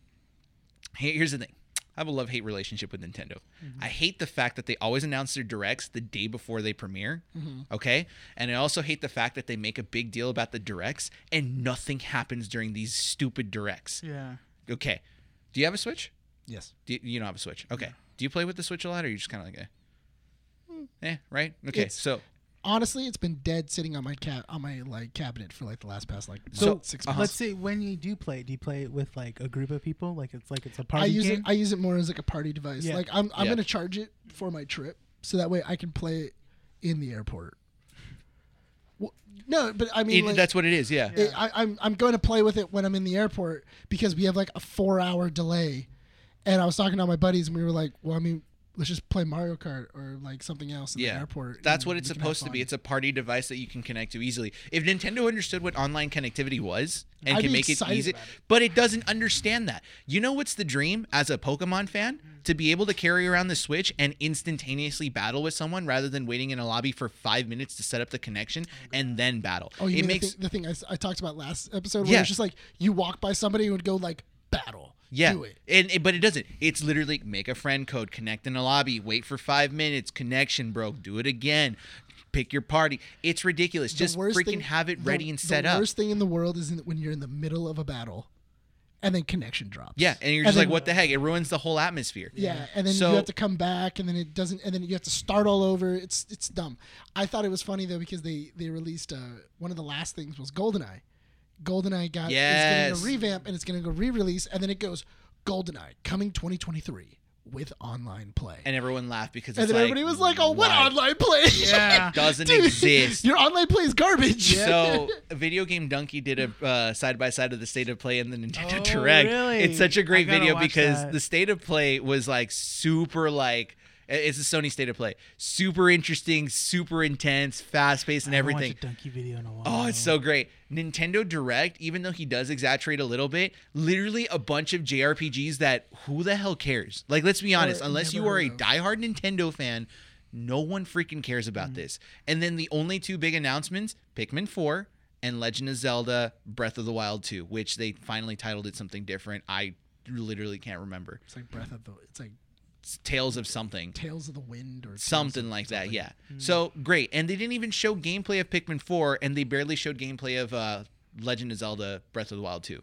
Hey, here's the thing. I have a love hate relationship with Nintendo. I hate the fact that they always announce their directs the day before they premiere. Okay. And I also hate the fact that they make a big deal about the directs and nothing happens during these stupid directs. Yeah. Okay. Do you have a Switch? Yes. Do you, you don't have a Switch. Okay. Do you play with the Switch a lot or are you just kind of like, eh? eh, right? Okay. Hmm. It's- so Honestly, it's been dead sitting on my cat on my like cabinet for like the last past like So, six uh-huh. Let's months. say when you do play it, do you play it with like a group of people? Like it's like it's a party I use game. it. I use it more as like a party device. Yeah. Like I'm I'm Yeah. gonna charge it for my trip, so that way I can play it in the airport. Well, no, but I mean it, like, that's what it is. Yeah. it- I, I'm I'm going to play with it when I'm in the airport because we have like a four hour delay. And I was talking to all my buddies, and we were like, "Well, I mean, let's just play Mario Kart or like something else in the airport." That's and what we it's can have supposed to be. fun." It's a party device that you can connect to easily. If Nintendo understood what online connectivity was and I'd can be make it excited easy, about it. but it doesn't understand that. You know what's the dream as a Pokemon fan? To be able to carry around the Switch and instantaneously battle with someone rather than waiting in a lobby for five minutes to set up the connection and then battle. oh, you it mean makes the thing, the thing I, s- I talked about last episode where Yeah. it's just like you walk by somebody and would go like battle. Yeah, do it. and it- but it doesn't. It's literally make a friend code, connect in a lobby, wait for five minutes, connection broke, do it again, pick your party. It's ridiculous. The Just worst freaking thing- have it ready the, and set the up. worst thing in the world is in, when you're in the middle of a battle, and then connection drops. Yeah, and you're just like, then- what the heck? It ruins the whole atmosphere. Yeah, and then So- you have to come back, and then it doesn't, and then you have to start all over. It's it's dumb. I thought it was funny though because they they released uh, one of the last things was Goldeneye. Goldeneye got Yes. is getting a revamp, and it's going to go re-release, and then it goes Goldeneye coming 2023 with online play. And, And everyone laughed because it's then like, everybody was like, "Oh, what why? online play? Yeah. Doesn't Dude, exist. Your online play is garbage." So, video game donkey did a uh, side by side of the state of play and the Nintendo Oh, Direct. really? It's such a great I gotta video watch because that. the state of play was like super like it's a Sony state of play, super interesting, super intense, fast paced, and I haven't watched everything. a donkey video in a while. Oh, it's so great. Nintendo Direct, even though he does exaggerate a little bit, literally a bunch of JRPGs that who the hell cares? Like, let's be honest, unless you never are a heard of. diehard Nintendo fan, no one freaking cares about this. And then the only two big announcements Pikmin 4 and Legend of Zelda Breath of the Wild 2, which they finally titled it something different. I literally can't remember. It's like Breath of the. It's like It's Tales of something Tales of the Wind or Tales of something like that. Yeah. Mm-hmm. So great, and they didn't even show gameplay of Pikmin Four, and they barely showed gameplay of uh, Legend of Zelda: Breath of the Wild Two.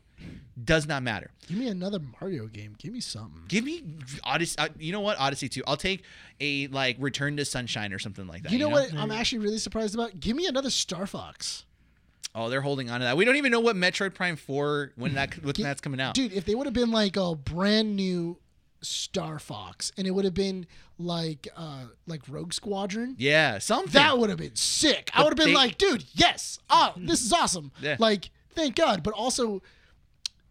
Does not matter. Give me another Mario game. Give me something. Give me Odyssey. Uh, you know what? Odyssey Two. I'll take a like Return to Sunshine or something like that. You know, what I'm Yeah. actually really surprised about? Give me another Star Fox. Oh, they're holding on to that. We don't even know what Metroid Prime Four when that when that's coming out. Dude, if they would have been like a brand new Star Fox and it would have been like uh like Rogue Squadron, yeah, something. that would have been sick. I But would have been they- like, dude, yes. Oh, this is awesome. Yeah. Like, thank God. But also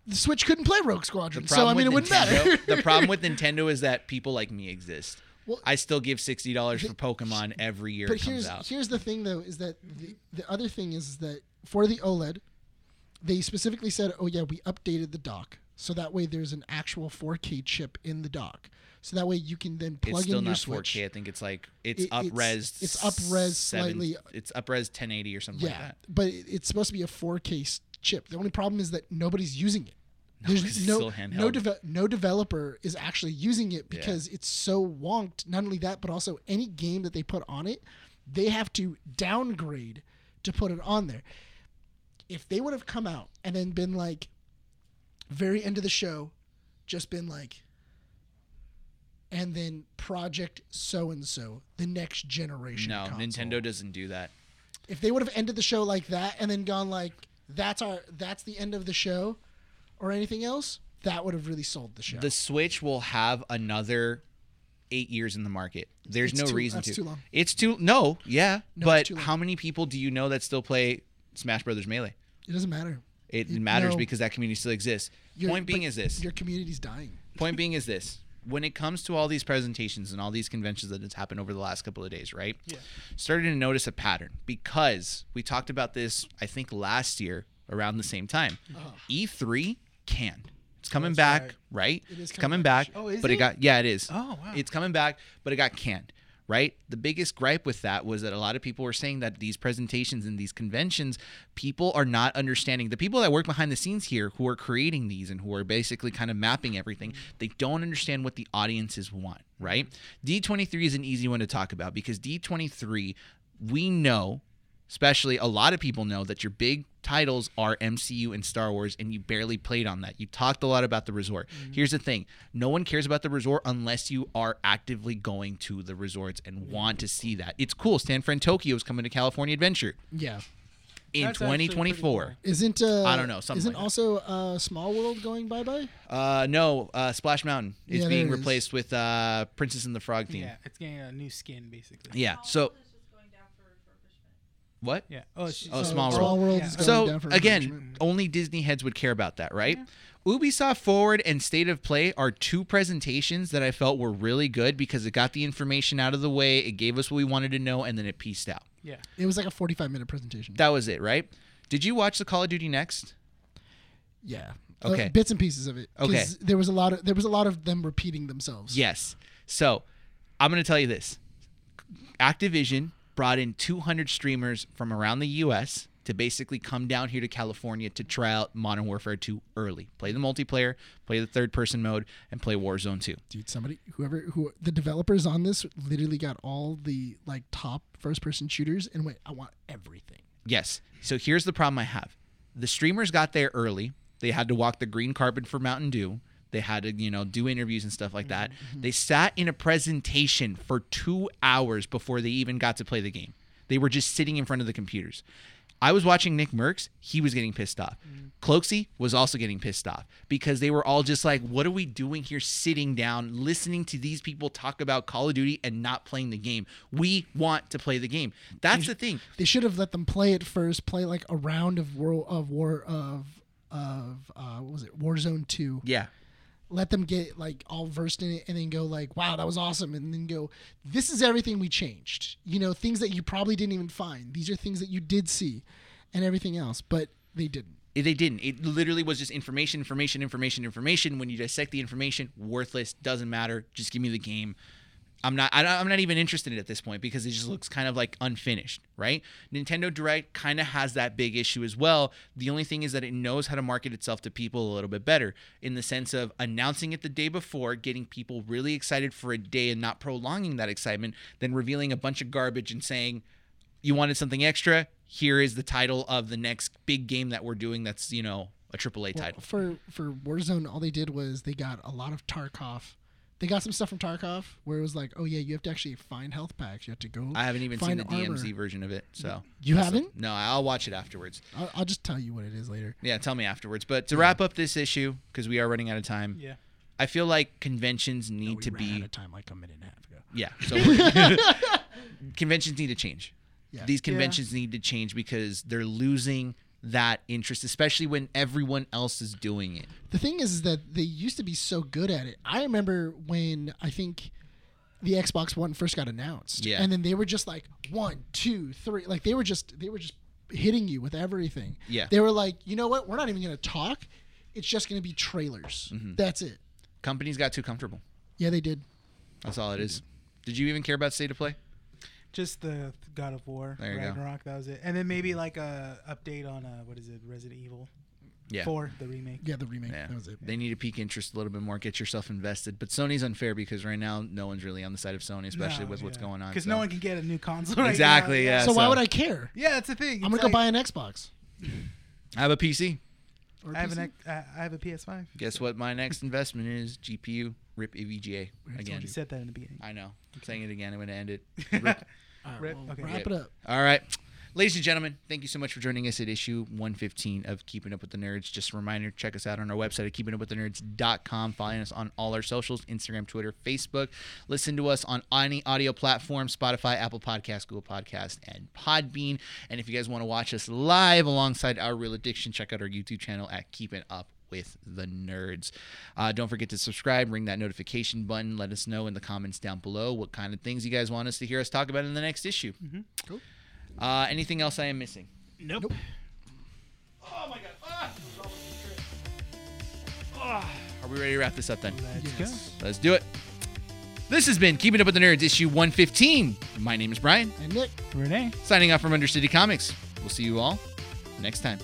the Switch couldn't play Rogue Squadron. So I mean it with wouldn't Nintendo, matter. the problem with Nintendo is that people like me exist. Well- I still give sixty dollars for Pokemon every year but it comes here's out. here's the thing though is that the, the other thing is that for the OLED, they specifically said, "Oh yeah, we updated the dock so that way there's an actual 4K chip in the dock, so that way you can then plug it's still in your not Switch." 4K. I think it's like it's It- up it's- res. it's up res seven- slightly. It's up res 1080 or something Yeah, like that. but it- it's supposed to be a 4K s- chip. The only problem is that nobody's using it. No, 'cause it's There's still no no, handheld. deve- no developer is actually using it because it's so wonked. Not only that, but also any game that they put on it, they have to downgrade to put it on there. If they would have come out and then been like, very end of the show, just been like, and then Project So and So, the next generation. No, console Nintendo doesn't do that. if they would have ended the show like that and then gone like that's our that's the end of the show or anything else that would have really sold the show The Switch will have another eight years in the market. There's It's no too- reason that's to. too long. It's too no. Yeah, No, but it's too long. how many people do you know that still play Smash Brothers Melee? it doesn't matter It matters no. because that community still exists. Your- Point being but is this. your community's dying point being is this when it comes to all these presentations and all these conventions that has happened over the last couple of days right yeah started to notice a pattern because we talked about this i think last year around the same time e3 canned it's coming that's back right, right. is it's coming coming back back. Oh, is but it it? got yeah it is Oh, wow. it's coming back but it got canned right? The biggest gripe with that was that a lot of people were saying that these presentations and these conventions, people are not understanding. The people that work behind the scenes here who are creating these and who are basically kind of mapping everything, Mm-hmm. they don't understand what the audiences want, right? D23 is an easy one to talk about because D23, we know especially a lot of people know that your big titles are MCU and Star Wars, and you barely played on that. You talked a lot about the resort. Mm-hmm. Here's the thing no one cares about the resort unless you are actively going to the resorts and Mm-hmm. want to see that. It's cool. San Fran Tokyo is coming to California Adventure Yeah. in That's actually pretty 2024. Isn't uh, I don't know, something Isn't like that. also uh, Small World going bye bye? Uh, no, uh, Splash Mountain is Yeah, being there it is. replaced with uh, Princess and the Frog theme. Yeah, Yeah. it's getting a new skin basically. So, what? Yeah. Oh, it's Oh, uh, Small Small World. World Yeah. is going So down for refurbishment. again, only Disney heads would care about that, right? Ubisoft Forward and State of Play are two presentations that I felt were really good because it got the information out of the way, it gave us what we wanted to know, and then it pieced out. Yeah. it was like a 45 minute presentation. That was it, right? Did you watch the Call of Duty Next? yeah. Okay. Uh, bits and pieces of it. 'Cause Okay. There was a lot of there was a lot of them repeating themselves. Yes. So I'm going to tell you this Activision brought in 200 streamers from around the US to basically come down here to California to try out Modern Warfare 2 early. Play the multiplayer, play the third person mode, and play Warzone 2. Dude, somebody whoever who the developers on this literally got all the like top first person shooters and went, I want everything. Yes. So here's the problem I have. The streamers got there early. They had to walk the green carpet for Mountain Dew. They had to, you know, do interviews and stuff like that. They sat in a presentation for two hours before they even got to play the game. They were just sitting in front of the computers. I was watching Nick Merckx. He was getting pissed off. Cloxy was also getting pissed off because they were all just like, what are we doing here sitting down, listening to these people talk about Call of Duty and not playing the game? We want to play the game. That's the thing. They should have let them play it first, play like a round of war of war of of uh what was it? Warzone 2. Yeah. let them get like all versed in it and then go like wow that was awesome and then go this is everything we changed you know things that you probably didn't even find these are things that you did see and everything else but they didn't It- They didn't. It literally was just information, information, information, information. When you dissect the information, worthless. Doesn't matter. Just give me the game. I'm not. I, I'm not even interested in it at this point because it just looks kind of like unfinished, right? Nintendo Direct kind of has that big issue as well. The only thing is that it knows how to market itself to people a little bit better in the sense of announcing it the day before, getting people really excited for a day and not prolonging that excitement, then revealing a bunch of garbage and saying, you wanted something extra here is the title of the next big game that we're doing that's you know a triple a title for for warzone all they did was they got a lot of tarkov they got some stuff from tarkov where it was like oh yeah you have to actually find health packs you have to go i haven't even seen find the armor. dmz version of it so You That's the- haven't? no i'll watch it afterwards I'll, I'll just tell you what it is later yeah tell me afterwards but to wrap up this issue because we are running out of time Yeah. i feel like conventions need We to ran out be of time like a minute and a half ago yeah so we're- conventions need to change Yeah. these conventions need to change because they're losing that interest especially when everyone else is doing it the thing is, is that they used to be so good at it. I remember when I think the Xbox One first got announced, Yeah. and then they were just like one, two, three, like they were just they were just hitting you with everything. Yeah. they were like, you know what? We're not even gonna talk. It's just gonna be trailers. That's it. companies got too comfortable Yeah, they did. that's all it is did you even care about state of play Just the God of War, There you go. Ragnarok. That was it. And then maybe like a update on uh, what is it, Resident Evil yeah Four, the remake. Yeah, the remake. Yeah. That was it. They need to pique interest a little bit more, get yourself invested. But Sony's unfair because right now no one's really on the side of Sony, especially No, with what's yeah. going on. Because so- no one can get a new console. Right Exactly, Now. yeah. so, why so- would I care? Yeah, that's the thing. I'm gonna It's go like- buy an Xbox. I have a PC. Or a I have an PC. X, I I have a PS5. Guess what? My next investment is GPU. Rip E EVGA again. You said that in the beginning. I know. I'm saying it again. I'm going to end it. Rip. All right, Rip. Uh, well, Okay. Wrap Rip. it up. All right. Ladies and gentlemen, thank you so much for joining us at issue 115 of Keeping Up with the Nerds. Just a reminder, check us out on our website at keepingupwiththernerds.com, following us on all our socials, Instagram, Twitter, Facebook. Listen to us on any audio platform, Spotify, Apple Podcast, Google Podcast, and Podbean. And if you guys want to watch us live alongside our Real Addiction, check out our YouTube channel at Keeping Up with the nerds. Uh, don't forget to subscribe, ring that notification button. Let us know in the comments down below what kind of things you guys want us to hear us talk about in the next issue. Cool. Uh, anything else I am missing? Nope. Oh my god. Ah! Ah! Are we ready to wrap this up then? Let's Yes. Let's do it. go. This has been Keeping Up with the Nerds, issue 115. My name is Brian, And Nick. Renee. signing off from Undercity Comics. We'll see you all next time.